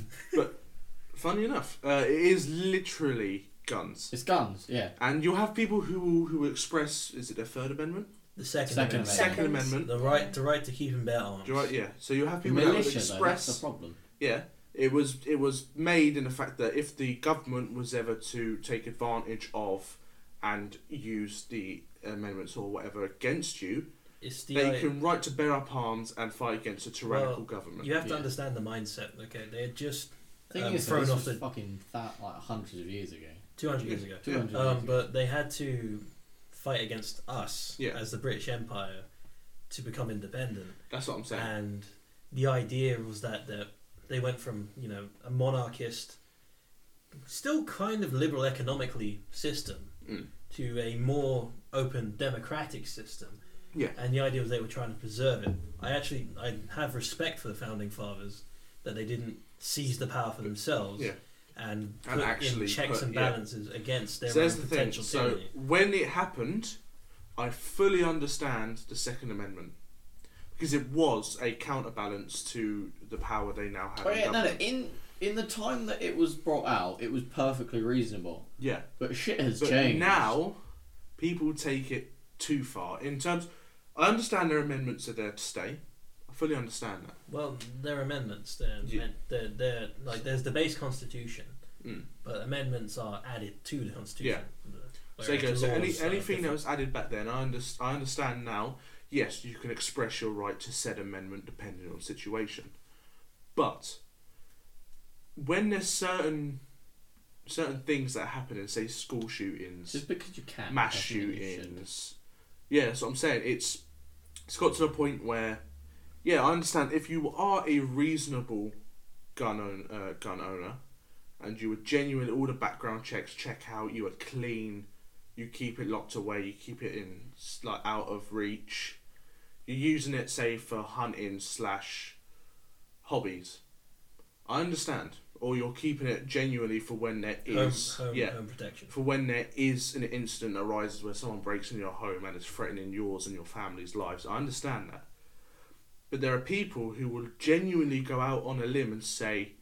C: Funny enough, uh, it is literally guns.
A: it's guns, yeah.
C: And you'll have people who will, who will express is it the Third Amendment?
B: The second.
A: Second
B: Amendment.
A: Amendment.
C: Second Amendment.
B: The right, the right to keep and bear arms.
C: Do you right? Yeah. So you have
A: The
C: people that will
A: militia, though,
C: express
A: that's the problem.
C: Yeah, it was it was made in the fact that if the government was ever to take advantage of and use the amendments or whatever against you,
B: It's the.
C: they
B: like-
C: can right to bear up arms and fight against a tyrannical
B: Well,
C: government.
B: You have to
A: Yeah.
B: understand the mindset. Okay, they're just
A: thing
B: um,
A: is, though,
B: thrown
A: this
B: off
A: was
B: the
A: fucking that like hundreds of years ago.
B: 200 years ago.
A: 200 years
B: Um,
A: ago.
B: but they had to fight against us
C: Yeah.
B: as the British Empire to become independent.
C: That's what I'm saying.
B: And the idea was that the, they went from, you know, a monarchist, still kind of liberal economically system
C: Mm.
B: to a more open democratic system.
C: Yeah.
B: And the idea was they were trying to preserve it. I actually I have respect for the founding fathers that they didn't seize the power for themselves
C: Yeah.
B: and, put
C: And actually
B: in checks
C: put-
B: and
C: yeah.
B: balances against their
C: So
B: own
C: there's the thing.
B: potential
C: So
B: tyranny.
C: when it happened, I fully understand the Second Amendment because it was a counterbalance to the power they now have.
A: Oh,
C: in
A: yeah, no, no,
C: government.
A: in, in the time that it was brought out, it was perfectly reasonable.
C: yeah.
A: But shit has
C: But
A: changed.
C: now, people take it too far. In terms, I understand their amendments are there to stay. I fully understand that.
B: Well, they're amendments. They're,
C: Yeah.
B: meant- they're, they're like there's the base constitution,
C: Mm.
B: but amendments are added to the constitution. Uh, Yeah.
C: so there you go. So any, anything that was added back then, I, under, I understand now. Yes, you can express your right to said amendment depending on situation, but when there's certain certain things that happen in say school shootings,
A: Just because you can.
C: mass
A: doesn't mean you should.
C: shootings. Yeah, that's what I'm saying. It's it's got to the point where, yeah, I understand if you are a reasonable gun own, uh, gun owner, and you were genuine, all the background checks check out, you are clean, you keep it locked away, you keep it in s- like out of reach. You're using it, say, for hunting slash hobbies. I understand, or you're keeping it genuinely for when there
B: Home,
C: is
B: home,
C: yeah
B: home protection.
C: for when there is an incident arises where someone breaks in your home and is threatening yours and your family's lives. I understand that. But there are people who will genuinely go out on a limb and say,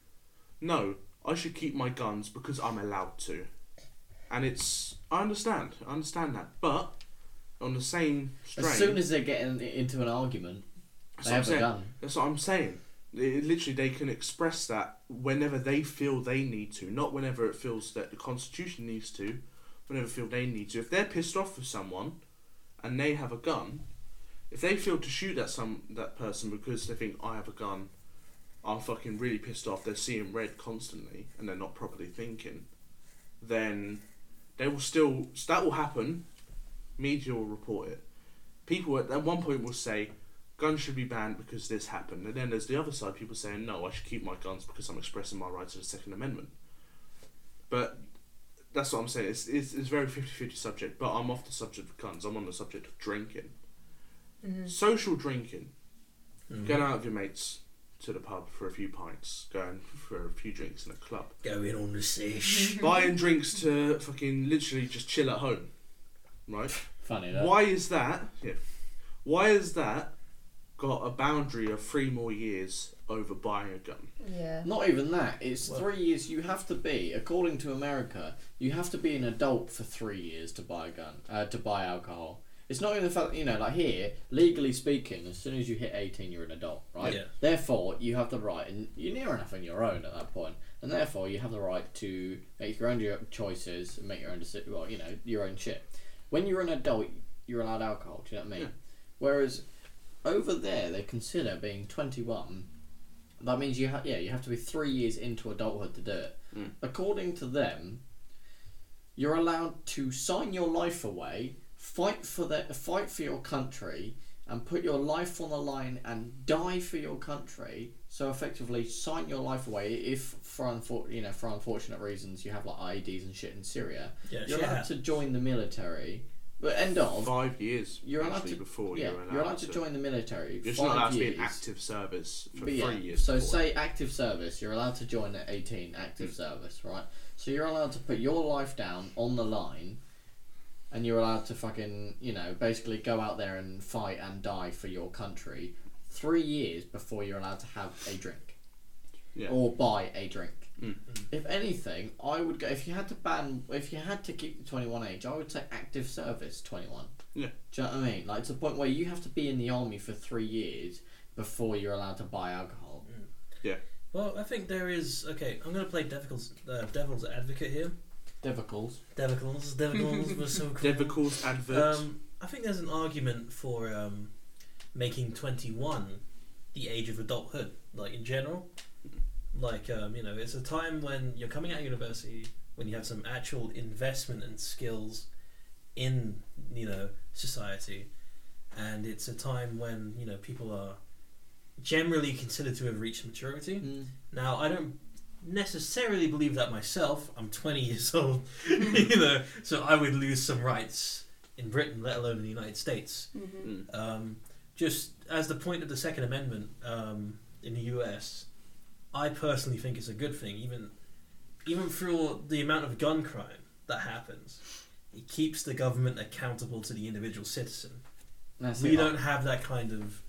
C: no, I should keep my guns because I'm allowed to. And it's. I understand. I understand that. But on the same strain.
A: As soon as they get in, into an argument,
C: That's
A: they
C: what I'm
A: have a
C: saying.
A: gun.
C: That's what I'm saying. It- literally, they can express that whenever they feel they need to, not whenever it feels that the Constitution needs to, whenever feel they need to. If they're pissed off with someone, and they have a gun, if they feel to shoot at some that person because they think I have a gun, I'm fucking really pissed off. They're seeing red constantly, and they're not properly thinking. Then they will still that will happen. Media will report it. People at, at one point will say guns should be banned because this happened, and then there's the other side. People saying no, I should keep my guns because I'm expressing my rights to the Second Amendment. But that's what I'm saying. It's it's, it's a very 50-50 subject. But I'm off the subject of guns. I'm on the subject of drinking. Social drinking. Going out with your mates to the pub for a few pints, going for a few drinks in a club
B: Going on the sesh.
C: buying drinks to fucking literally just chill at home, right?
A: Funny that.
C: Why is that? Yeah. Why is that got a boundary of three more years over buying a gun?
D: Yeah.
A: Not even that. It's
B: Well-
A: three years. You have to be, according to America, you have to be an adult for three years to buy a gun, uh, to buy alcohol. It's not even the fact you know, like here, legally speaking, as soon as you hit eighteen, you're an adult, right?
B: Yeah.
A: Therefore, you have the right, and you're near enough on your own at that point, and therefore you have the right to make your own jo- choices and make your own decision. Well, you know, your own shit. When you're an adult, you're allowed alcohol. Do you know what I mean?
C: Yeah.
A: Whereas over there, they consider being twenty-one that means you ha- yeah you have to be three years into adulthood to do it.
C: Mm.
A: According to them, you're allowed to sign your life away, fight for the fight for your country, and put your life on the line and die for your country. So effectively, sign your life away if for unfor- you know for unfortunate reasons you have like IEDs and shit in Syria.
B: Yeah,
A: you're
B: shit
A: allowed to
B: happens.
A: join the military. But end of
C: Five years
A: you're allowed
C: actually
A: to-
C: before
A: yeah,
C: you're allowed,
A: you're allowed to join the military.
C: You're just
A: five
C: not allowed
A: years.
C: to be in active service for
A: But
C: three
A: yeah,
C: years.
A: So
C: before. Mm.
A: say active service, you're allowed to join at 18 active service, right? So you're allowed to put your life down on the line and you're allowed to fucking, you know, basically go out there and fight and die for your country 3 years before you're allowed to have a drink.
C: Yeah.
A: Or buy a drink.
C: Mm.
A: If anything, I would go if you had to ban if you had to keep the 21 age, I would say active service 21.
C: Yeah.
A: Do you know what I mean? Like to the point where you have to be in the army for 3 years before you're allowed to buy alcohol.
B: Well, I think there is. Okay, I'm going to play devil's uh, devil's advocate here.
A: Devicles.
B: Devil's devil's was so cool.
C: Devicles advert.
B: Um, I think there's an argument for um, making 21 the age of adulthood, like in general. Like, um, you know, it's a time when you're coming out of university, when you have some actual investment and skills in, you know, society. And it's a time when, you know, people are generally considered to have reached maturity.
C: Mm.
B: Now, I don't necessarily believe that myself. I'm 20 years old, you know, so I would lose some rights in Britain, let alone in the United States.
D: Mm-hmm.
B: Um, just as the point of the Second Amendment um, in the US, I personally think it's a good thing, even even through the amount of gun crime that happens. It keeps the government accountable to the individual citizen.
A: That's
B: We
A: it.
B: don't have that kind of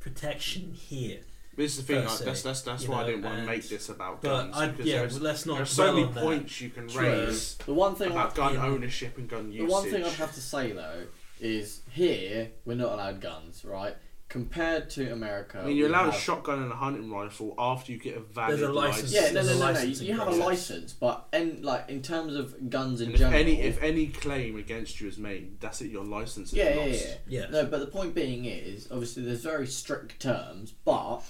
B: protection here.
C: this is the thing.
B: per
C: Like,
B: se,
C: that's that's that's
B: you
C: why I
B: know,
C: didn't want to
B: and-
C: make this about
B: But
C: guns
B: I,
C: because
B: yeah,
C: there's,
B: let's not.
C: there's so
B: dwell
C: many
B: on that.
C: points you can
A: True.
C: raise
A: The one thing, I,
C: about gun
B: yeah.
C: ownership and gun
A: the
C: usage.
A: one thing I'd have to say though is here we're not allowed guns, right? Compared to America,
C: I mean, you're
A: we
C: allowed a
A: have-
C: shotgun and a hunting rifle after you get a valid
B: There's a license.
C: license.
A: Yeah, no,
B: There's
A: no,
B: a
A: no, no.
B: licensing
A: You have a
B: process.
A: license, but in like in terms of guns in
C: And if
A: general,
C: any if any claim against you is made, that's it. Your license is
A: yeah, yeah,
C: lost.
A: yeah.
B: Yeah.
A: No, but the point being is obviously there's very strict terms, but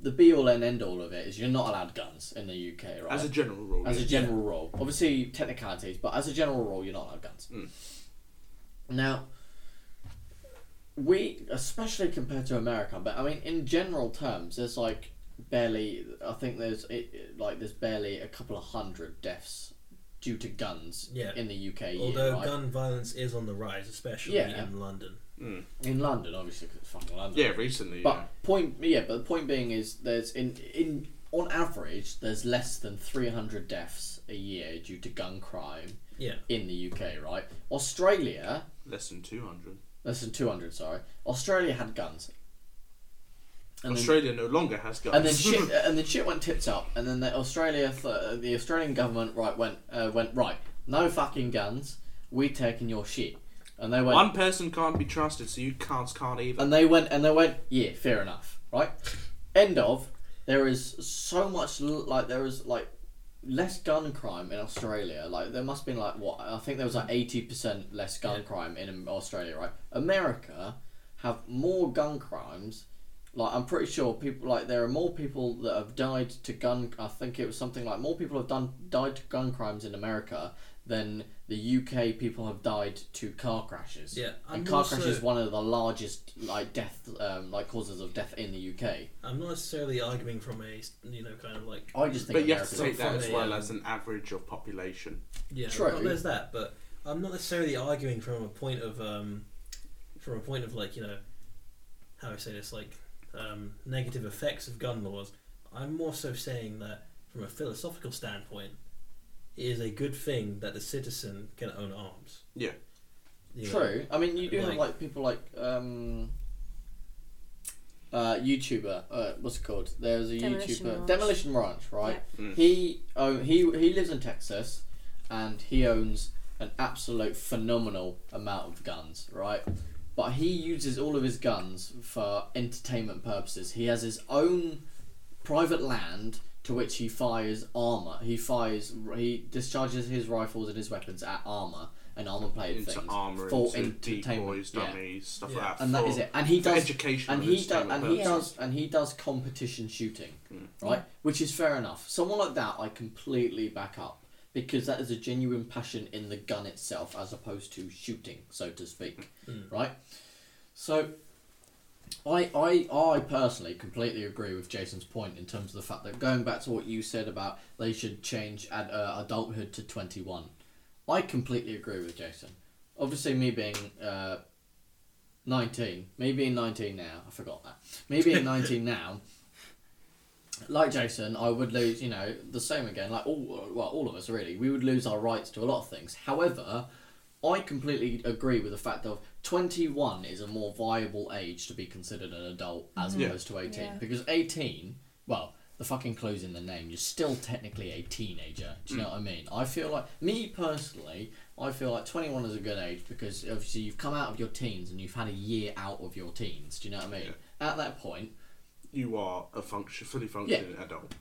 A: the be all and end all of it is you're not allowed guns in the UK, right?
C: As a general rule,
A: As a
C: yeah.
A: general rule. Obviously, technicalities, but as a general rule, you're not allowed guns.
C: Mm. Hmm.
A: Now, we, especially compared to America, but I mean, in general terms, there's like barely, I think there's it, it- like there's barely a couple of hundred deaths due to guns
B: Yeah.
A: in the UK.
B: Although
A: year, right?
B: gun violence is on the rise, especially
A: Yeah.
B: in London.
C: Mm.
A: in London, obviously, 'cause it's fucking London.
C: Yeah, recently.
A: But
C: yeah.
A: point, yeah, but the point being is there's in in on average there's less than 300 deaths a year due to gun crime
B: Yeah.
A: in the UK, right? Australia,
C: Less than 200.
A: less than 200, sorry. Australia had guns. And then-
C: Australia no longer has guns.
A: and then shit, and then shit went tits up, and then the Australia, th- the Australian government, right went, uh, went right. No fucking guns. We taking your shit, and they went,
C: One person can't be trusted, so you can't can't either.
A: and they went, and they went. Yeah, fair enough, right? End of. There is so much l- like there is like less gun crime in Australia. Like there must have been like what I think there was like eighty percent less gun crime in Australia, right? America have more gun crimes. Like I'm pretty sure people like there are more people that have died to gun. I think it was something like more people have done died to gun crimes in America than the UK people have died to car crashes.
B: Yeah,
A: and
B: I'm
A: car
B: also-
A: crashes one of the largest like death um, like causes of death in the UK.
B: I'm not necessarily arguing from a you know kind of like
A: I just think
C: but you have
A: America's
C: to take that
B: From
C: as
B: a,
C: well
B: um,
C: as an average of population.
B: yeah.
A: True.
B: well, there's that, but I'm not necessarily arguing from a point of um, from a point of like you know how I say this like um, negative effects of gun laws. I'm more so saying that from a philosophical standpoint, it is a good thing that the citizen can own arms.
C: Yeah.
B: You know,
A: True. I mean, you do have
B: Like-
A: like people like um, uh, YouTuber. Uh, what's it called? There's a
D: Demolition
A: YouTuber,
D: Ranch.
A: Demolition Ranch, right?
C: Yeah. Mm.
A: He oh he he lives in Texas, and he owns an absolute phenomenal amount of guns, right? But he uses all of his guns for entertainment purposes. He has his own private land to which he fires armor. He fires he discharges his rifles and his weapons at armor and armor plated
C: Into
A: things
C: armor,
A: for
C: into
A: entertainment.
C: decoys,
A: yeah.
C: dummies, stuff
B: Yeah.
C: like that.
A: And that
C: for-
A: is it. And he
C: for
A: does
C: education
A: and
C: and
A: he does
C: entertainment
A: and he
C: purposes.
A: does and he does competition shooting,
C: Hmm.
A: right? Which is fair enough. Someone like that, I completely back up because that is a genuine passion in the gun itself, as opposed to shooting, so to speak, right? So. I, I I personally completely agree with Jason's point in terms of the fact that going back to what you said about they should change ad, uh, adulthood to 21. I completely agree with Jason. Obviously, me being uh, 19, me being 19 now, I forgot that. Me being 19 now, like Jason, I would lose, you know, the same again, like all, well, all of us really, we would lose our rights to a lot of things. However, I completely agree with the fact of 21 is a more viable age to be considered an adult as
C: Yeah.
A: opposed to 18.
D: Yeah.
A: Because 18, well, the fucking clue's in the name, you're still technically a teenager. Do you know what I mean? I feel like, me personally, I feel like 21 is a good age because obviously you've come out of your teens and you've had a year out of your teens. Do you know what I mean? At that point,
C: You are a function, fully functioning adult.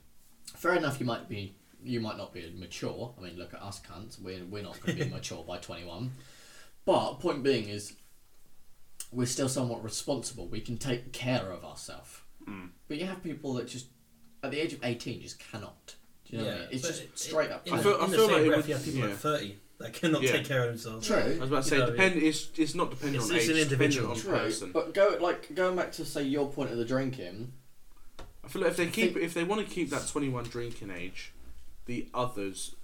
A: fair enough you might be you might not be mature i mean look at us cunts we're, we're not going to be mature by 21 but point being is we're still somewhat responsible we can take care of ourselves
C: Mm.
A: but you have people that just at the age of 18 just cannot do you know what I
B: Yeah,
A: mean? It's
B: but
A: just
B: it-
A: straight up.
B: In,
C: I
B: I
C: feel-
B: feel,
C: I
B: in the
C: feel
B: same
C: like it
B: breath,
C: would-
B: you have people
C: yeah.
B: at 30 that cannot
C: Yeah.
B: take care of themselves.
C: I
A: True.
C: was about to say,
B: You know,
C: depend, it's, it's not dependent
B: It's-
C: on
B: it's
C: age,
B: an
C: it's dependent
B: individual
C: on
A: True.
C: person.
A: But go like going back to say your point of the drinking.
C: I feel like if they keep,
A: think-
C: if they want to keep that 21 drinking age, the others,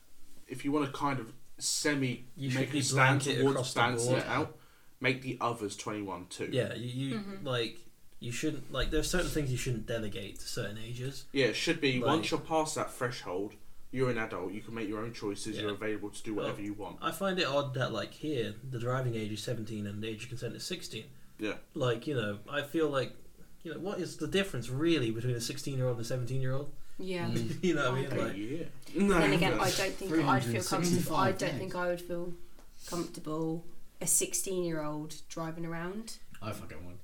C: if you want to kind of semi
B: You
C: make
B: should be
C: a stand
B: blanket
C: towards
B: across the
C: balancing
B: board.
C: it out, make the others 21 too.
B: Yeah, you, you like you shouldn't like there are certain things you shouldn't delegate to certain ages.
C: Yeah, it should be
B: Like-
C: once you're past that threshold, you're an adult. You can make your own choices. You're
B: Yeah.
C: available to do whatever you want.
B: I find it odd that like here the driving age is 17 and the age of consent is 16.
C: Yeah.
B: Like you know, I feel like you know what is the difference really between a 16 year old and a 17 year old?
E: Yeah.
A: Mm.
B: you know,
E: I
B: what I mean,
C: A
B: like
C: year. No.
E: And again, I don't think I'd feel comfortable. I
A: 365
E: don't
A: days.
E: think I would feel comfortable a 16 year old driving around.
A: I fucking won.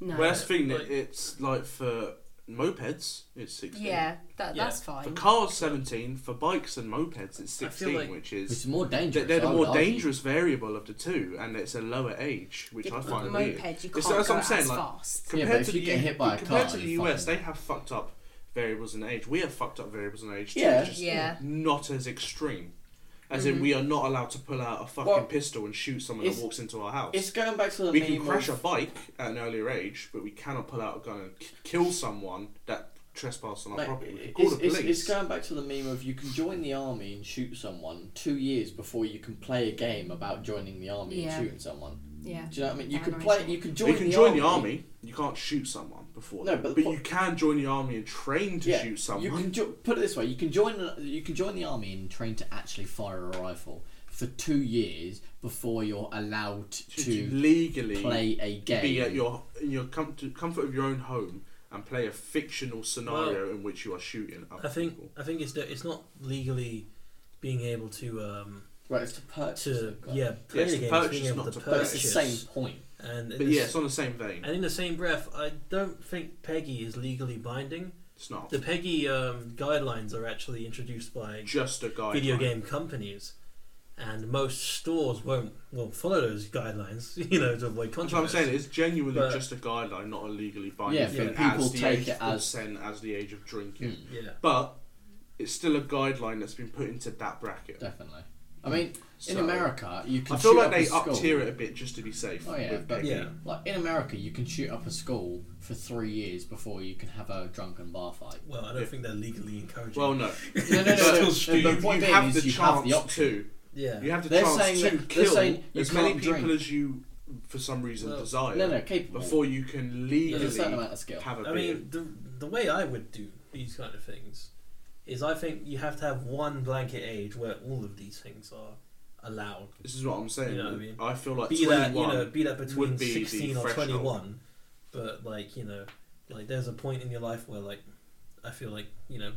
E: No.
C: well, that's the thing.
B: Like-
C: it's like for mopeds, it's sixteen.
E: yeah, that,
B: Yeah.
E: that's
C: For
E: fine.
C: cars, seventeen. For bikes and mopeds, it's
B: I feel
C: sixteen,
B: like-
C: which
A: It's
C: is
A: more
C: they're,
A: dangerous.
C: they're the
A: I would
C: more
A: argue.
C: dangerous variable of the two, and it's a lower age, which
E: Yeah,
C: I
E: but
C: find
E: moped,
C: weird.
E: you can't
C: It's-
E: go
C: that's what I'm
E: out
C: saying,
E: as
C: like,
E: fast.
A: Yeah,
C: Compared
A: but if
C: to
A: you
C: the
A: get
C: U-
A: hit by a
C: compared
A: car,
C: to the
A: you're
C: US,
A: fucking-
C: they have fucked up variables in age. We have fucked up variables in age. too,
A: Yeah. Mm-hmm.
C: it's just
E: Yeah.
C: Not as extreme. As in, we are not allowed to pull out a fucking
A: Well,
C: pistol and shoot someone
A: it's-
C: that walks into our house.
A: It's going back to the
C: we
A: meme
C: can crash
A: of-
C: a bike at an earlier age, but we cannot pull out a gun and k- kill someone that trespass on our
A: Mate,
C: property. We
A: it-
C: could call the
A: it's,
C: police.
A: it's, it's going back to the meme of you can join the army and shoot someone two years before you can play a game about joining the army
E: Yeah.
A: and shooting someone.
E: Yeah.
A: Do you know what I mean? You
E: Yeah,
A: can
E: I know
A: play.
E: what
A: You
E: you
A: can
C: But
A: join.
C: you can join the army. You can't shoot someone before.
A: No,
C: that.
A: but the
C: but
A: po-
C: you can join the army and train to
A: Yeah,
C: shoot someone.
A: You can jo- put it this way: you can join. the- You can join the army and train to actually fire a rifle for two years before you're allowed
C: to,
A: to
C: legally
A: play a game.
C: be at your in your com- to comfort of your own home and play a fictional scenario in which you are shooting. Other
B: I think
C: people.
B: I think it's the, it's not legally being able to um
A: right, it's to purchase.
B: to
A: it, but-
B: yeah play
C: Yes,
B: the game,
C: purchase,
B: it's being able
C: not
B: to
C: to purchase.
A: but it's
B: purchase.
A: the same point.
B: And
C: But
B: in the
C: yeah,
B: s-
C: it's on the same vein.
B: and in the same breath, I don't think Peggy is legally binding.
C: It's not
B: The Peggy um, guidelines are actually introduced by
C: just a guy.
B: video game companies, and most stores won't will follow those guidelines, you know, to avoid
C: That's what I'm
B: controversy.
C: saying. It's genuinely
B: But-
C: just a guideline, not a legally binding
A: Yeah,
B: but
C: thing.
A: people
C: as the
A: take
C: age
A: it
C: of
A: as-
C: consent, as the age of drinking.
A: Mm,
B: Yeah,
C: But it's still a guideline that's been put into that bracket.
A: definitely. I mean, in
C: So-
A: America, you can.
C: I feel
A: shoot
C: like
A: up
C: they
A: a
C: up
A: school.
C: tier it a bit just to be safe.
A: Oh yeah,
C: with
A: but
C: Peggy.
B: Yeah.
A: like in America, you can shoot up a school for three years before you can have a drunken bar fight.
B: well, I don't
C: Yeah.
B: think they're legally encouraging.
C: Well, no.
A: No, no, no.
C: But
A: no,
C: you,
A: no, but point
C: you
A: being
C: have
A: is
C: the
A: you
C: chance
A: have the option.
C: to.
B: yeah,
C: You have the
A: They're
C: chance
A: saying
C: to
A: that- they're
C: kill
A: saying you
C: as many
A: can't
C: people
A: drink.
C: as you, for some reason,
B: Well,
C: desire
A: No, no, capable.
C: before you can legally
A: There's a certain amount of skill.
C: have a
B: I
C: beer.
B: mean, the the way I would do these kind of things is I think you have to have one blanket age where all of these things are allowed.
C: this is what I'm saying.
B: You know what I mean?
C: feel like
B: be that you
C: 21.
B: know, be that between
C: would be the
B: sixteen or
C: threshold.
B: twenty one, but like you know, like there's a point in your life where like I feel like you know,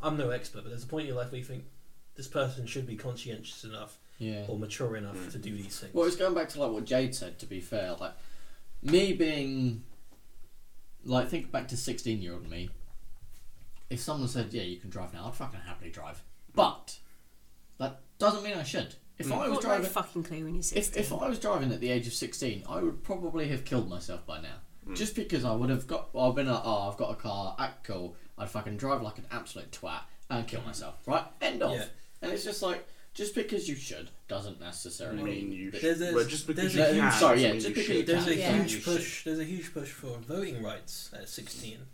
B: I'm no expert, but there's a point in your life where you think this person should be conscientious enough
A: Yeah.
B: or mature enough
C: Mm.
B: to do these things.
A: Well, it's going back to like what Jade said. To be fair, like me being, like think back to sixteen-year-old me. If someone said, "Yeah, you can drive now," I'd fucking happily drive. But that doesn't mean I should.
C: Mm.
A: If I
E: I've
A: was
E: got no
A: driving,
E: fucking clue when you're
A: if,
E: 16.
A: if I was driving at the age of sixteen, I would probably have killed myself by now.
C: Hmm.
A: Just because I would have got, I've been like, oh, I've got a car, act cool. I'd fucking drive like an absolute twat and kill myself. Right, end of.
B: Yeah.
A: And it's just like, just because you should doesn't necessarily
C: mean you
A: that-
B: There's-
C: should.
B: there's-
C: Well, just because
B: there's a
C: you can.
B: huge-
A: sorry, yeah,
C: doesn't mean
A: just
C: you
A: because you
C: should.
A: don't-
B: there's a
E: Yeah.
A: You
B: huge
A: should.
B: push. There's a huge push for voting rights at sixteen,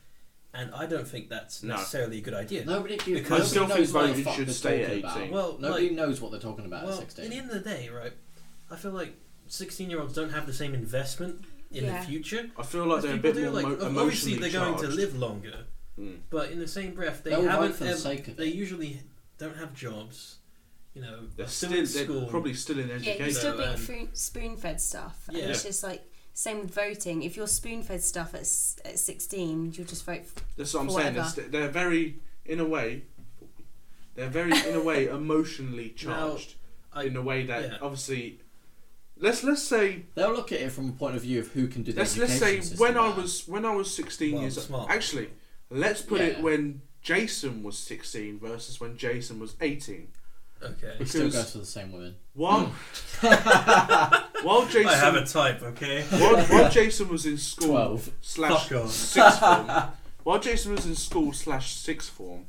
B: and I don't think that's
C: No.
B: necessarily a good idea.
A: Nobody gives.
B: Because- I
A: Because
C: still
A: nobody
C: think
A: knows what
C: voting
A: the fuck
C: should
A: they're
C: stay at
A: talking about.
C: 18.
B: Well,
A: nobody
B: like-
A: knows what they're talking about
B: Well,
A: at
B: at the
A: sixteen.
B: end of the day, right? I feel like sixteen-year-olds don't have the same investment in
D: Yeah.
B: the future.
C: I feel like they're a
B: People
C: bit
B: do
C: more
B: like
C: mo-
B: ob-
C: emotionally
B: obviously they're going to
C: charged.
B: live longer,
C: Mm.
B: but in the same breath they
A: They'll vote
B: haven't.
A: for the
B: ev-
A: sake of
B: they
A: it.
B: usually don't have jobs. You know,
C: They're
B: are
C: still,
B: still in
C: they're
B: school.
C: probably still in
D: Yeah,
C: education.
D: you're still
B: No,
D: being
B: um,
D: fru- spoon fed stuff.
B: Yeah.
D: And it's just like, same with voting. If you're spoon fed stuff at, s- at 16, you'll just vote for.
C: That's what I'm saying.
D: Whatever.
C: It's, they're very, in a way, they're very, in a way, emotionally
B: Now,
C: charged.
B: I-
C: in a way that
B: yeah.
C: obviously, let's let's say
A: They'll look at it from a point of view of who can do the
C: let's let's
A: education
C: say
A: system
C: when I
A: better.
C: was when I was 16
B: Well,
C: years
B: smart.
C: Actually, let's put it
A: Yeah.
C: when Jason was 16 versus when Jason was 18.
B: okay.
A: it still
C: because-
A: goes for the same women.
C: While while Jason
B: Mm. I have a type, okay.
C: while, while Jason was in school
A: Twelve.
C: slash
B: Fuck off.
C: sixth form, while Jason was in school slash sixth form,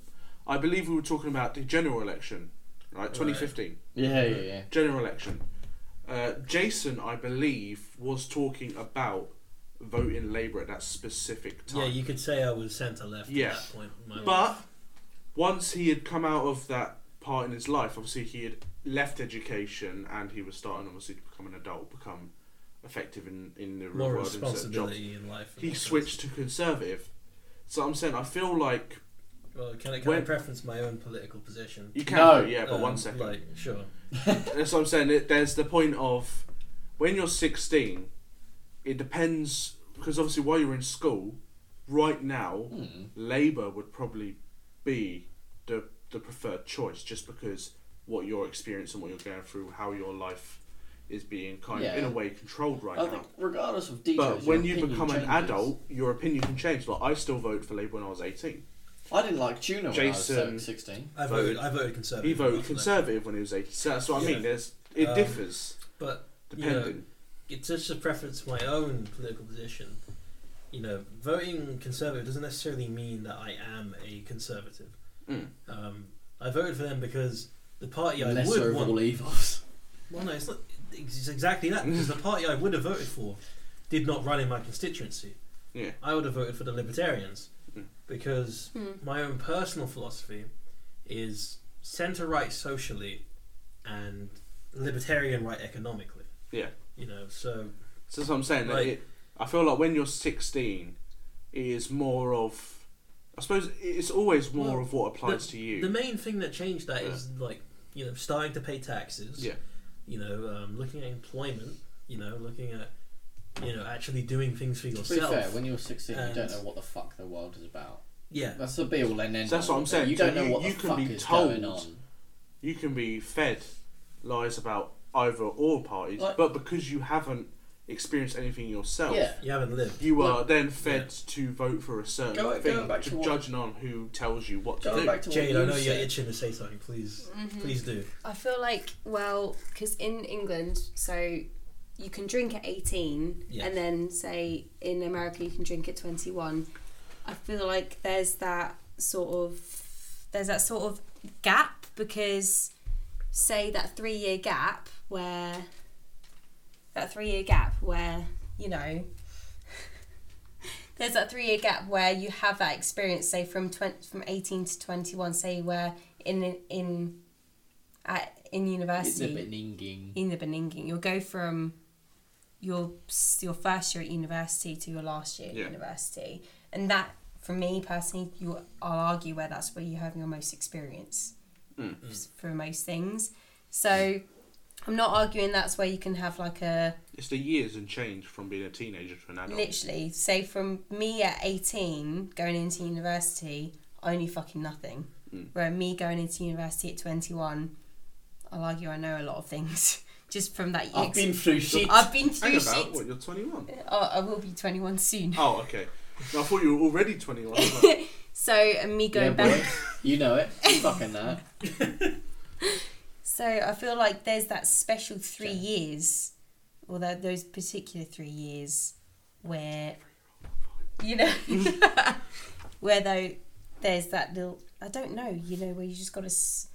C: I believe we were talking about the general election, right? 2015
A: Yeah, yeah, yeah.
C: general election. Uh, Jason, I believe, was talking about voting Labour at that specific time.
B: Yeah, you could say I was centre left
C: Yeah.
B: at that point. In my life.
C: But once he had come out of that part in his life, obviously he had left education and he was starting obviously to become an adult, become effective in, in the real
B: more
C: world and certain jobs.
B: responsibility in life. and
C: He
B: all sorts.
C: switched to conservative. So I'm saying I feel like
B: Well, can I, can I
C: when-
B: preference my own political position?
C: you can
A: No.
C: vote, yeah, but one
B: Um,
C: second.
B: Like, sure.
C: That's what I'm saying. It- There's the point of when you're 16, it depends because obviously while you're in school, right now,
A: Hmm.
C: Labour would probably be the the preferred choice just because what your experience and what you're going through, how your life is being kind of in
A: Yeah.
C: a way controlled right
A: I
C: now.
A: think regardless of details,
C: But when
A: your
C: you
A: opinion
C: become an
A: changes.
C: adult, your opinion can change. Like I still voted for Labour when I was 18.
A: I didn't like tuna when I was
C: Jason-
A: like, sixteen.
B: I
C: Voted-
B: voted. I voted conservative.
C: He voted
B: after that.
C: Conservative when he was 18. So that's what I
B: Yeah.
C: mean. There's it
B: Um,
C: differs
B: But you know,
C: depending.
B: it's just a preference of my own political position. You know, voting conservative doesn't necessarily mean that I am a conservative.
C: Mm.
B: Um, I voted for them because the party I
A: Lesser
B: would
A: of
B: want.
A: all evils.
B: Well, no, it's not. It's exactly that because the party I would have voted for did not run in my constituency.
C: Yeah.
B: I would have voted for the Libertarians,
C: Mm.
B: because
D: Hmm.
B: my own personal philosophy is centre right socially and libertarian right economically.
C: Yeah.
B: You know, so
C: So that's what I'm saying. that
B: Like-
C: it, I feel like when you're 16, it is more of. I suppose it's always more
B: Well,
C: of what applies to you.
B: the main thing that changed that is like you know starting to pay taxes.
C: Yeah.
B: You know, um, looking at employment. You know, looking at you know actually doing things for
A: To be
B: yourself.
A: fair, when you're 16, you
B: and-
A: don't know what the fuck the world is about.
B: yeah.
A: That's the be all and end.
C: So that's
A: all,
C: what I'm
A: but
C: saying.
A: You
C: So
A: don't know
C: you-
A: what
C: you
A: the
C: can
A: fuck
C: be
A: is going
C: told
A: on.
C: you can be fed lies about either or parties,
A: Like-
C: but because you haven't experienced anything yourself,
A: Yeah.
B: You haven't lived.
C: you are then fed to vote for a certain
A: Go-
C: thing,
A: going back
C: ju-
A: to what-
C: judging on who tells you what to
A: Going
C: do.
A: back to what
B: Jade,
A: you
B: I know you're
A: said,
B: itching to say something. Please,
A: Mm-hmm.
B: please do.
D: I feel like well, because in England, so you can drink at eighteen,
B: Yeah.
D: and then say in America you can drink at twenty-one. I feel like there's that sort of there's that sort of gap because say that three-year gap where that three-year gap where you know there's that three-year gap where you have that experience, say from 20, from eighteen to twenty-one, say where in in at, in
A: It's a
D: university
A: bit ninging.
D: in the Beninging, you'll go from your your first year at university to your last year at
C: Yeah.
D: university, and that for me personally, you I'll argue where that's where you have your most experience
C: Mm.
D: f- for most things. So I'm not arguing that's where you can have like a
C: It's the years and change from being a teenager to an adult.
D: literally say from me at 18 going into university, I knew fucking nothing.
A: Hmm.
C: Mm.
D: Where me going into university at 21, I'll argue I know a lot of things just from that.
A: I've
D: ex-
A: been through shit.
D: I've been
C: Hang
D: through
C: about,
D: shit.
C: what, you're 21?
D: Oh, I will be 21 soon.
C: Oh, okay. No, I thought you were already 21.
D: So, and me
A: Yeah,
D: going
A: boy.
D: back.
A: you know it. You fucking know. it.
D: So, I feel like there's that special three
A: Okay.
D: years, or that those particular three years, where, you know, where though there's that little, I don't know, you know, where you just got to s-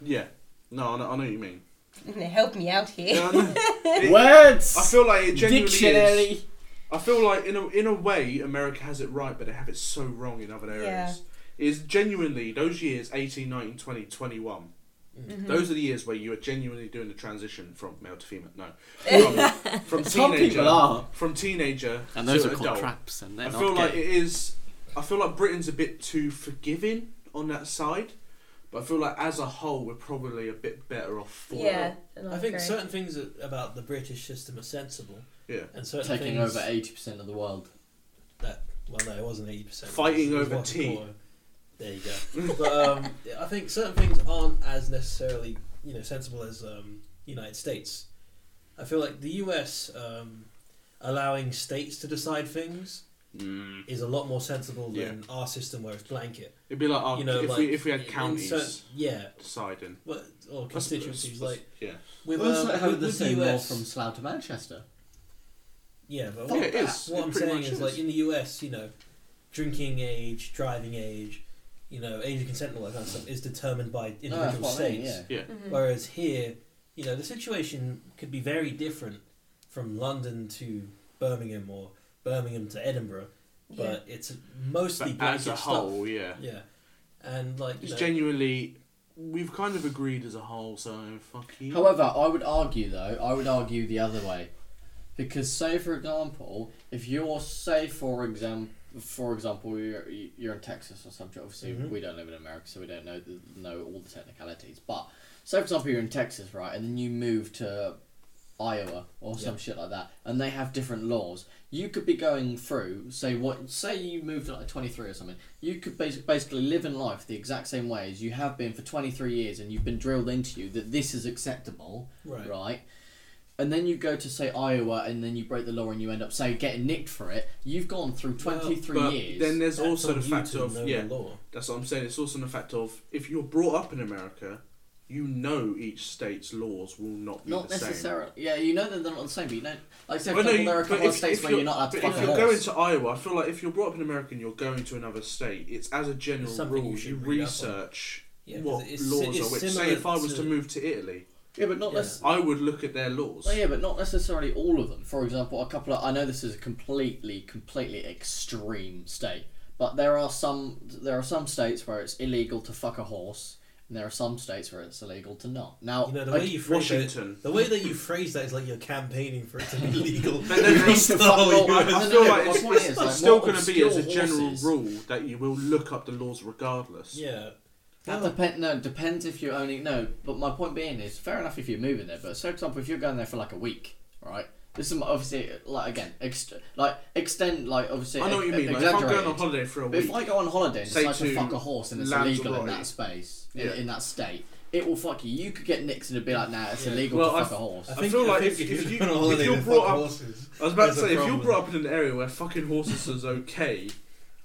C: yeah. No, I know, I know what you mean.
D: you know, help me out here.
C: Yeah, I, know. It-
A: Words.
C: I feel like it genuinely
A: Dictionary.
C: is. I feel like in a in a way America has it right, but they have it so wrong in other areas. Is genuinely those years 18, 19, 20, 21. Those are the years where you are genuinely doing the transition from male to female. No, from, from
A: Some
C: teenager,
A: people are.
C: from teenager
F: And those
C: to
F: are called
C: adult.
F: traps, and they're
C: I
F: not
C: feel
F: gay.
C: like it is. I feel like Britain's a bit too forgiving on that side, but I feel like as a whole we're probably a bit better off for
D: yeah.
C: it.
D: and
B: I think
D: agree.
B: certain things a- about the British system are sensible,
C: Yeah.
B: and certain
A: Taking
B: things
A: over 80% of the world.
B: that well, no, it wasn't eighty percent.
C: Fighting over tea.
B: There you go. but um, I think certain things aren't as necessarily you know sensible as um, United States. I feel like the U.S. Um, allowing states to decide things
C: Mm.
B: is a lot more sensible than our system, where it's blanket.
C: It'd be like oh,
B: you know,
C: if
B: like,
C: we if we had
B: in
C: counties
B: certain- yeah,
C: deciding.
B: well, or constituencies like
C: yeah,
B: with,
A: Well, it's
B: um,
A: like having
B: with,
A: the
B: with
A: same law
B: US.
A: from Slough to Manchester.
B: Yeah, but
C: yeah,
B: what,
C: it is.
B: what
C: it
B: I'm
C: pretty
B: saying
C: much
B: is, like in the US, you know, drinking age, driving age, you know, age of consent, and all that kind of stuff is determined by
C: Ah,
A: No, that's
B: individual
A: what I
B: states.
A: mean, yeah.
D: Mm-hmm. Hmm.
B: Whereas here, you know, the situation could be very different from London to Birmingham or Birmingham to Edinburgh, but it's mostly
C: But as
B: blanket
C: a whole, yeah,
B: stuff. Yeah, and like you
C: it's
B: know,
C: genuinely we've kind of agreed as a whole. So fuck you.
A: However, I would argue though, I would argue the other way, because say for example, if you're say for example, for example, you're you're in Texas or something. Obviously,
B: Mhm.
A: we don't live in America, so we don't know the, know all the technicalities. But say for example, you're in Texas, right, and then you move to Iowa or some shit like that, and they have different laws. You could be going through, say what, say you moved to like 23 or something. You could bas- basically live in life the exact same way as you have been for 23 years, and you've been drilled into you that this is acceptable,
B: Right.
A: And then you go to say Iowa, and then you break the law, and you end up say getting nicked for it. You've gone through 23
C: but
A: years.
C: then there's
B: that's
C: also
B: on
C: the
B: you
C: fact
B: to
C: of
B: know the
C: yeah,
B: law.
C: that's what I'm saying. It's also the fact of if you're brought up in America, you know each state's laws will not be
A: not
C: the same.
A: necessarily. Yeah, you know that they're not the same, but you know, like say for
C: But no,
A: example,
C: you-
A: there are a
C: but
A: couple of
C: if-
A: states
C: if
A: where you're not allowed to
C: but if
A: fuck a
C: you're
A: horse.
C: going to Iowa, I feel like if you're brought up in America and you're going to another state, it's as a general
B: something
C: rule
B: you
C: you,
B: should read up on.
C: research
B: Yeah, 'cause
C: what
B: it's-
C: laws
B: it's
C: are which. Say
B: similar
C: if I was
B: to-
C: to move to Italy,
A: yeah, but not
B: Yeah.
A: necessarily.
C: I would look at their laws.
A: Well, yeah, but not necessarily all of them. For example, a couple of I know this is a completely, completely extreme state, But there are some there are some states where it's illegal to fuck a horse, and there are some states where it's illegal to not. Now,
B: You know the
A: like,
B: way you phrase
C: Washington.
B: It, the way that you phrase that is like you're campaigning for it to be legal.
C: No, no, no,
A: it's the fuck
B: Oh,
A: law.
B: you-
A: I
C: I feel
A: know,
C: like
A: my
C: it's,
A: point
C: it's
A: is, like,
C: still
A: more
C: going to be as a
A: obscure
C: general
A: horses-
C: rule that you will look up the laws regardless.
B: yeah.
A: That
C: Oh.
A: depend no depends if you're only no. But my point being is fair enough if you're moving there. But so for example, if you're going there for like a week, right? This is my- obviously like again ext- like extend like obviously.
C: I know what you
A: ex-
C: mean. Like, if I'm going
A: exaggerated.
C: on holiday for a
A: But
C: week,
A: if I go on holiday and
C: Say
A: decide to
C: to
A: fuck a horse and it's
C: Lanzarote.
A: illegal in that space, in,
C: Yeah.
A: in that state, it will fuck you. You could get nicked and it'd be like, nah, it's
B: Yeah.
A: illegal
C: Well,
A: to
C: I-
A: fuck a horse.
B: I
C: I
B: think,
C: feel
B: I
C: like
B: think
C: if- if
B: you're
C: you-
B: going on
C: if
B: holiday
C: you're
B: with
C: brought
B: fuck
C: up-
B: horses,
C: I was about to
B: there's a
C: say, if you're
B: problem.
C: brought up in an area where fucking horses is okay,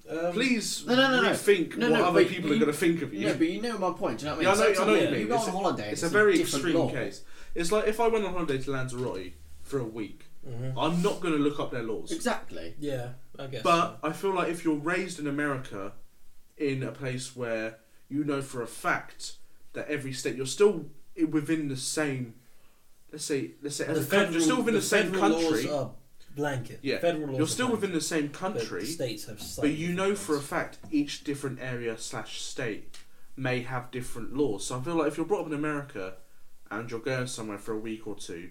B: Um,
C: please
A: No, no, no, no.
C: rethink
A: No,
C: what
A: no,
C: other
A: but
C: people
A: you-
C: are going to think of you.
A: Yeah, but you know my point. Do you know what
C: Yeah,
A: I
C: I
A: mean?
C: know, I know what you
A: Sometimes
C: mean.
A: go
C: it's
A: on
C: a,
A: holiday.
C: It's, a very
A: different
C: extreme
A: law.
C: case. It's like if I went on holiday to Lanzarote for a week,
B: mhm.
C: I'm not going to look up their laws.
A: Exactly.
B: Yeah, I guess.
C: But I feel like if you're raised in America, in a place where you know for a fact that every state you're still i- within the same, let's say, let's say,
B: so.
C: as a country, you're still within the, same
B: federal
C: country.
B: Laws are blanket.
C: Yeah,
B: federal laws
C: you're
B: are
C: still
B: blanket,
C: within the same
B: but the
C: country,
B: States have.
C: but
B: slightly
C: you know
B: different
C: for a
B: laws.
C: fact each different area slash state may have different laws. So I feel like if you're brought up in America and you're going somewhere for a week or two,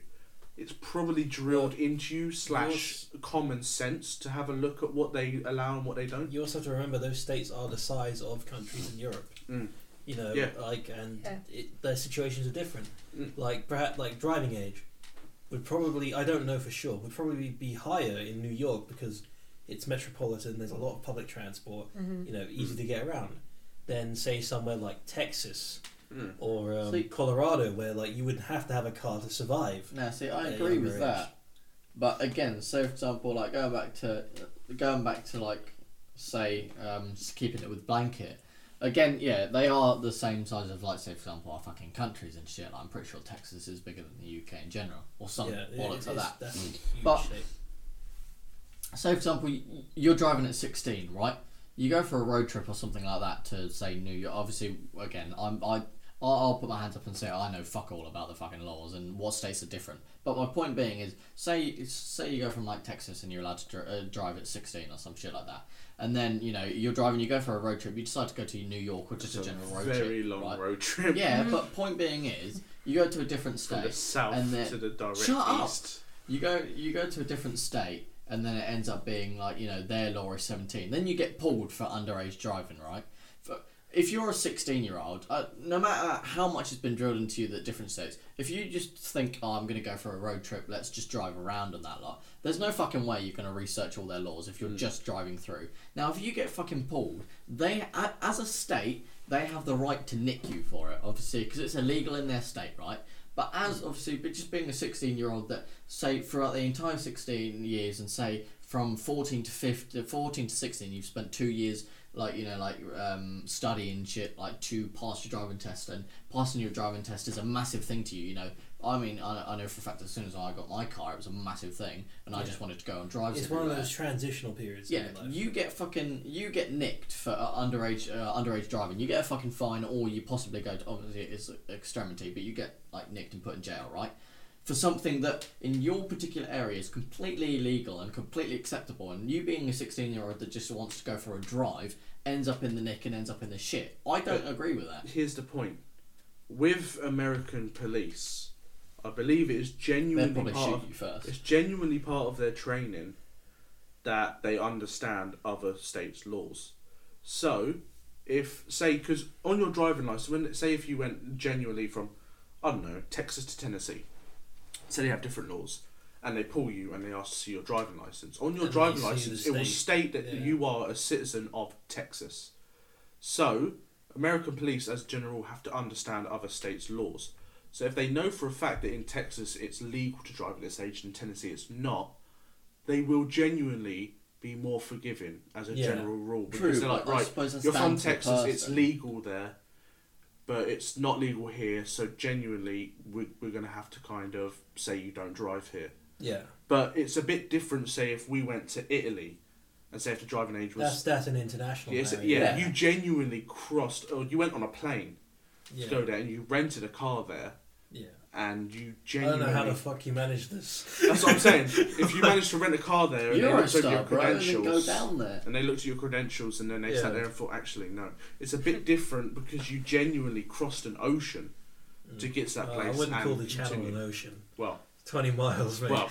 C: it's probably drilled into you slash common sense to have a look at what they allow and what they don't.
B: You also have to remember those states are the size of countries in Europe.
C: Mm.
B: You know,
C: Yeah.
B: like and
D: Yeah.
B: it, their situations are different.
C: Mm.
B: Like perhaps like driving age would probably I don't know for sure would probably be higher in New York because it's metropolitan. There's a lot of public transport.
E: Mhm.
B: You know, easy to get around. Than say somewhere like Texas
C: Mm.
B: or um,
A: See-
B: Colorado where like you wouldn't have to have a car to survive.
A: Now, see, I
B: at a
A: agree
B: younger
A: with
B: age.
A: that. But again, so for example, like going back to going back to like say um, just keeping it with blanket. Again, yeah, they are the same size of like say for example our fucking countries and shit. Like, I'm pretty sure Texas is bigger than the UK in general, or something
B: yeah, it-
A: bollocks like
B: it's-
A: that. Mm.
B: That's a huge
A: But-
B: shape.
A: So, for example, y- you're driving at 16, right? You go for a road trip or something like that to say New York. Obviously, again, I'm I. I'll- I'll put my hands up and say I know fuck all about the fucking laws and what states are different. But my point being is, say say you go from like Texas and you're allowed to dr- uh, drive at 16 or some shit like that, and then you know you're driving, you go for a road trip, you decide to go to New York, which is
C: It's
A: a
C: a
A: general road trip,
C: very long
A: right?
C: road trip.
A: Yeah, but point being is, you go to a different
C: From the
A: state,
C: south
A: and then
C: to the direct
A: Shut up.
C: east.
A: you go you go to a different state and then it ends up being like you know their law is 17 then you get pulled for underage driving right for, if you're a 16 year old uh, no matter how much has been drilled into you that different states if you just think oh i'm going to go for a road trip let's just drive around on that lot there's no fucking way you're going to research all their laws if you're just driving through now if you get fucking pulled they a- as a state they have the right to nick you for it obviously because it's illegal in their state right but as obviously, but just being a 16 year old that say throughout the entire 16 years and say from 14 to 15, 14 to 16, you've spent two years like you know like um, studying shit like to pass your driving test and passing your driving test is a massive thing to you. You know, I mean, I, I know for a fact as soon as I got my car, it was a massive thing, and I
B: Yeah.
A: just wanted to go and drive.
B: It's one of
A: everywhere.
B: those transitional periods. in
A: Yeah,
B: your life.
A: you get fucking you get nicked for uh, underage uh, underage driving. You get a fucking fine, or you possibly go to obviously it's extremity, but you get like nicked and put in jail, right? For something that in your particular area is completely illegal and completely acceptable, and you being a sixteen year old that just wants to go for a drive ends up in the nick and ends up in the shit. I don't agree with that.
C: Here's the point: with American police, I believe it is
A: They'll
C: genuinely
A: probably
C: part.
A: shoot
C: of-
A: you first.
C: It's genuinely part of their training that they understand other states' laws. So, if say, because on your driving license, when say if you went genuinely from, I don't know, Texas to Tennessee, say they have different laws, and they pull you and they ask to see your driving license. On your
B: And you
C: driving
B: see the
C: license, it will
B: state,
C: state that
B: yeah.
C: you are a citizen of Texas. So, American police, as general, have to understand other states' laws. So, if they know for a fact that in Texas it's legal to drive at this age, and in Tennessee it's not, they will genuinely be more forgiving as a
B: Yeah.
C: general rule
A: True,
C: because they're like,
A: but I
C: right,
A: suppose that's
C: you're
A: down
C: from
A: to the
C: Texas, it's
A: person."
C: legal there, but it's not legal here. So, genuinely, we're, we're going to have to kind of say you don't drive here.
B: yeah.
C: But it's a bit different, say, if we went to Italy and say if the driving age was
B: That's that's an international.
C: Yes,
B: barrier.
C: yeah,
A: Yeah.
C: you genuinely crossed, or you went on a plane
B: Yeah.
C: to go there and you rented a car there,
B: Yeah.
C: and you
B: I don't
C: genuinely.
B: know how the fuck you manage this.
C: That's what I'm saying. If you manage to rent a car there and they looked over your
A: Eurostar, bro, and then go
C: credentials,
A: down there.
C: and they looked at your credentials, and then they
B: Yeah.
C: sat there and thought, actually, no, it's a bit different because you genuinely crossed an ocean to get to that
B: Uh,
C: place.
B: I wouldn't
C: and
B: call the channel
C: continue.
B: an ocean.
C: Well,
B: Twenty miles, mate.
C: well,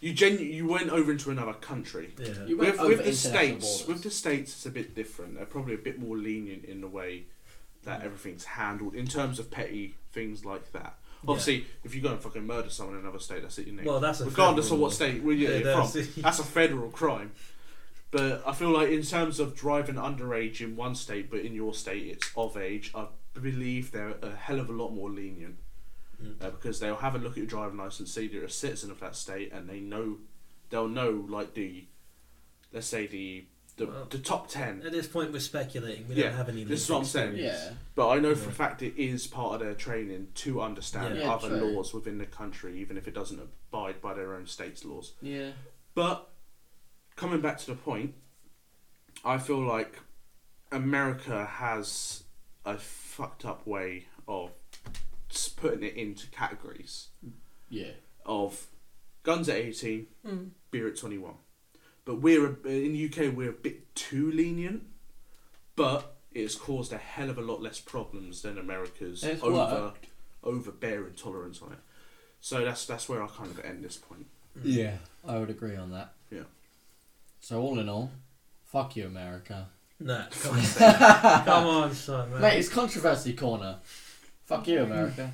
C: you genu- you went over into another country.
B: yeah.
A: You went
C: With,
A: over
C: with the
A: international
C: states,
A: borders.
C: with the states, it's a bit different. They're probably a bit more lenient in the way that everything's handled in terms of petty things like that. Obviously, if you go and fucking murder someone in another state, that's it. You need,
B: Well, that's a
C: regardless of
B: federal-
C: what state where
B: Yeah,
C: you're
B: that's-
C: from. That's a federal crime. But I feel like in terms of driving underage in one state, but in your state it's of age. I believe they're a hell of a lot more lenient uh, because they'll have a look at your driving license, see that you're a citizen of that state, and they know they'll know like the let's say the the,
B: Well,
C: the top ten.
B: At this point, we're speculating. We
C: Yeah,
B: don't have any.
C: this is
B: lived
C: what I'm saying.
B: experience.
A: Yeah.
C: But I know for a fact it is part of their training to understand
A: Yeah. Yeah,
C: other
A: true.
C: laws within the country, even if it doesn't abide by their own state's laws.
A: Yeah.
C: But coming back to the point, I feel like America has a fucked up way of s- putting it into categories
A: Yeah.
C: of guns at 18, beer at 21. But we're a, in the UK we're a bit too lenient, but it's caused a hell of a lot less problems than America's
A: It's
C: over overbearing tolerance on it. So that's that's where I kind of end this point.
A: Yeah. I would agree on that.
C: Yeah.
A: So all in all, fuck you, America.
B: No, come on, come on, son, man.
A: Mate, it's controversy corner. Fuck you, America.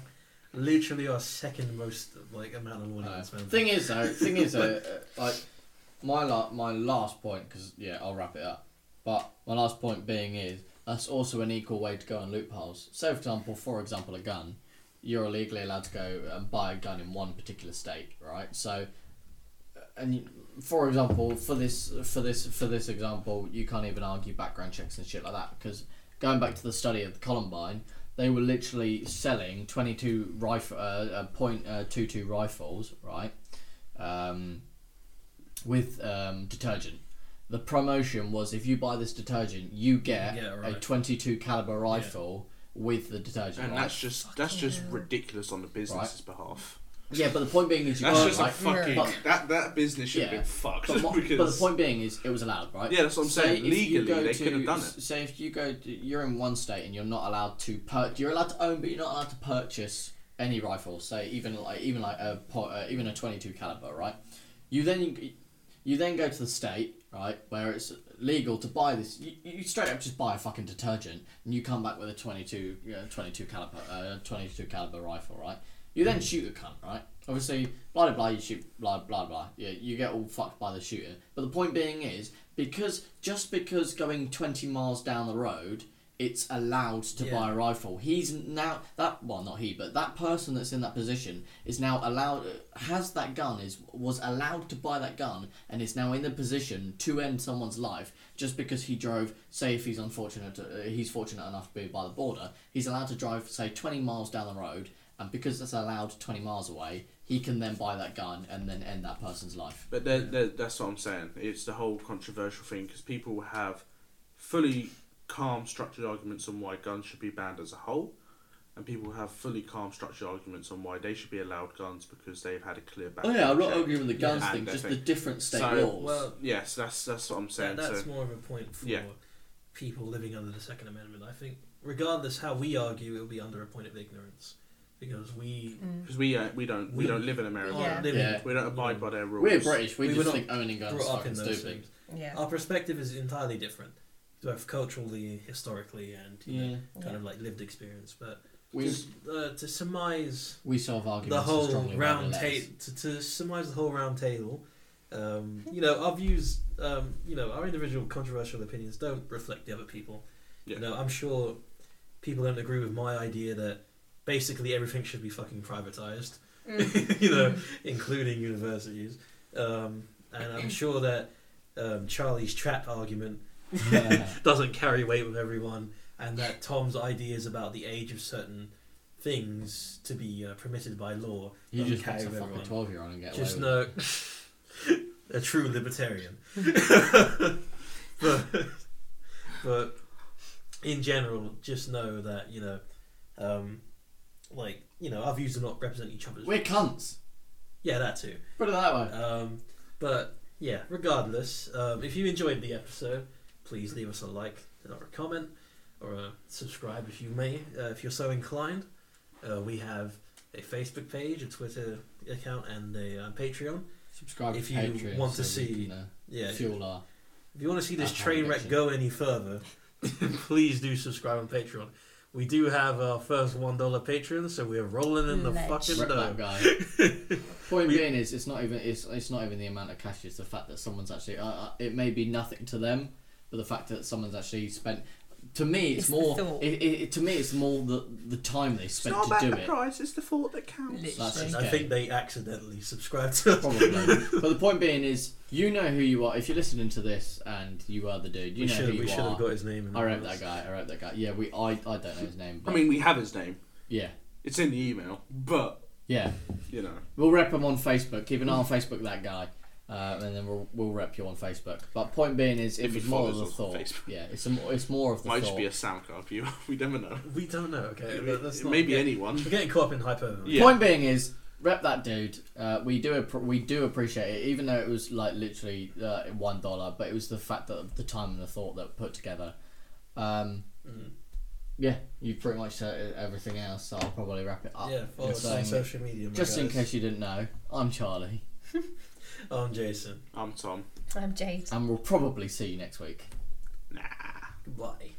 B: Literally our second most like amount of
A: Uh,
B: audience, man.
A: thing is though, thing is though, uh, like my la- my last point because yeah, I'll wrap it up. But my last point being is that's also an equal way to go on loopholes. So, for example, for example, a gun, you're illegally allowed to go and buy a gun in one particular state, right? So, uh, and you, for example, for this for this for this example, you can't even argue background checks and shit like that because going back to the study of the Columbine, they were literally selling 22 rifle, uh, uh, point, uh, 22 rifles, right, um, with um, detergent. The promotion was if you buy this detergent, you get,
B: get a
A: a
B: rifle.
A: 22 caliber rifle with the detergent.
C: And
A: right?
C: that's just that's just ridiculous on the business's behalf.
A: yeah, but the point being is you
C: That's
A: can't,
C: just
A: like,
C: a fucking
A: but-
C: that that business should have
A: Yeah.
C: been fucked
A: But, what-
C: because
A: but the point being is, it was allowed, right?
C: Yeah, that's what I'm
A: Say if
C: saying.
A: you
C: Legally,
A: go
C: they
A: to-
C: could have done it.
A: Say if you go, to, you're in one state and you're not allowed to pur- You're allowed to own, but you're not allowed to purchase any rifle. Say even like even like a po- uh, even a 22 caliber, right? You then you then go to the state, right, where it's legal to buy this. You, you straight up just buy a fucking detergent, and you come back with a 22, you know, 22 caliber, uh, 22 caliber rifle, right? You then shoot a cunt, right? Obviously, blah blah blah. You shoot blah blah blah. Yeah, you get all fucked by the shooter. But the point being is because just because going 20 miles down the road, it's allowed to
B: Yeah.
A: buy a rifle. He's now that well, not he, but that person that's in that position is now allowed has that gun is was allowed to buy that gun and is now in the position to end someone's life just because he drove. Say if he's unfortunate, uh, he's fortunate enough to be by the border, he's allowed to drive say twenty miles down the road, and because that's allowed twenty miles away, he can then buy that gun and then end that person's life.
C: But they're, they're, that's what I'm saying. It's the whole controversial thing because people have fully calm, structured arguments on why guns should be banned as a whole, and people have fully calm, structured arguments on why they should be allowed guns because they've had a clear
A: Oh
C: background.
A: yeah, I'm not
C: check.
A: arguing with the guns
C: And
A: thing,
C: their
A: just
C: thing.
A: the different state
C: So-
A: laws.
B: well,
C: Yes, that's that's what I'm saying.
B: That- that's
C: so,
B: more of a point for
C: Yeah.
B: people living under the Second Amendment. I think, regardless how we argue, it will be under a point of ignorance because we
D: Mm.
C: because we uh, we don't we,
B: We-
C: don't live in America.
B: aren't
D: Yeah.
B: living.
A: Mm. Yeah.
C: We don't abide by their rules.
A: We're British. We,
B: We were
A: just
B: not
A: think owning guns is
B: Brought up
A: fucking
B: in those
A: stupid.
B: things.
D: Yeah.
B: Our perspective is entirely different, both culturally, historically, and you know, kind
D: Yeah.
B: of like lived experience. But
A: Mm. We
B: just, uh, to surmise
A: we solve arguments
B: the
A: as
B: whole
A: strongly
B: round
A: about the legs.
B: table to, to surmise the whole round table um, you know our views um, you know our individual controversial opinions don't reflect the other people
C: Yeah.
B: you know i'm sure people don't agree with my idea that basically everything should be fucking privatized
D: Mm.
B: you know including universities um, and i'm sure that um, charlie's trap argument
A: Yeah.
B: doesn't carry weight with everyone, and that Tom's ideas about the age of certain things to be uh, permitted by law
A: You
B: doesn't
A: just
B: carry
A: want to
B: with
A: fuck a
B: everyone.
A: twelve year old and get
B: Just
A: away with
B: know a true libertarian. but, but in general, just know that you know um, like you know our views do not represent each other's.
A: We're cunts.
B: Yeah, that too.
A: Put it that way.
B: Um, but yeah, regardless, um, if you enjoyed the episode, please leave us a like or a comment or a subscribe if you may, uh, if you're so inclined. Uh, we have a Facebook page, a Twitter account, and a uh, Patreon.
A: Subscribe
B: if
A: to
B: you
A: Patreon
B: want to
A: so we
B: see-
A: can, uh,
B: Yeah, if
A: fuel our
B: you want to see this
A: Uh-huh,
B: train wreck
A: addiction.
B: go any further, please do subscribe on Patreon. We do have our first one dollar patron, so we're rolling in the
D: Legend.
B: fucking
A: Rip
B: dough.
A: that guy. Point being is, it's not even it's, it's not even the amount of cash. It's the fact that someone's actually. Uh, uh, it may be nothing to them, but the fact that someone's actually spent. To me, it's,
D: It's the
A: more.
D: thought.
A: It, it, to me, it's more the the time they
C: It's
A: spent
C: not
A: to
C: about
A: do
C: the
A: it.
C: price, it's the thought that counts.
A: That's
D: Literally.
A: just-
B: I
A: Okay.
B: think they accidentally subscribed to us.
A: Probably. but the point being is, you know who you are. If you're listening to this and you are the dude, you
B: we
A: know
B: should
A: who
B: we
A: you
B: should
A: are.
B: have got his name. In
A: I
B: the
A: wrote
B: notes.
A: that guy. I wrote that guy. Yeah, we. I. I don't know his name.
C: I
A: But
C: mean, we have his name.
A: yeah,
C: It's in the email, but
A: yeah.
C: you know,
A: We'll rep him on Facebook. Keep an eye on Facebook, that guy, uh, and then we'll, we'll rep you on Facebook. But point being is, it
C: If he
A: was more of
C: follows
A: the
C: us on
A: thought.
C: Facebook.
A: Yeah, it's a, mo- it's more of the
C: might
A: thought.
C: just be a soundcard view. we never know.
B: We don't know. Okay,
C: Maybe
B: Let- let's not
C: Maybe
B: get-
C: anyone.
B: We're getting caught up in hyperbole.
C: Yeah.
A: Point being is, rep that dude. Uh, we do appr we do appreciate it, even though it was like literally uh, one dollar, but it was the fact that the time and the thought that put together. Um,
B: Mm.
A: yeah, you pretty much said everything else. So I'll probably wrap it up.
B: Yeah, follow
A: in
B: us on
A: saying-
B: social media. my
A: just in
B: guys.
A: case you didn't know, I'm Charlie,
B: I'm Jason.
C: I'm Tom.
D: I'm Jade.
A: and we'll probably see you next week.
C: Nah.
B: Goodbye.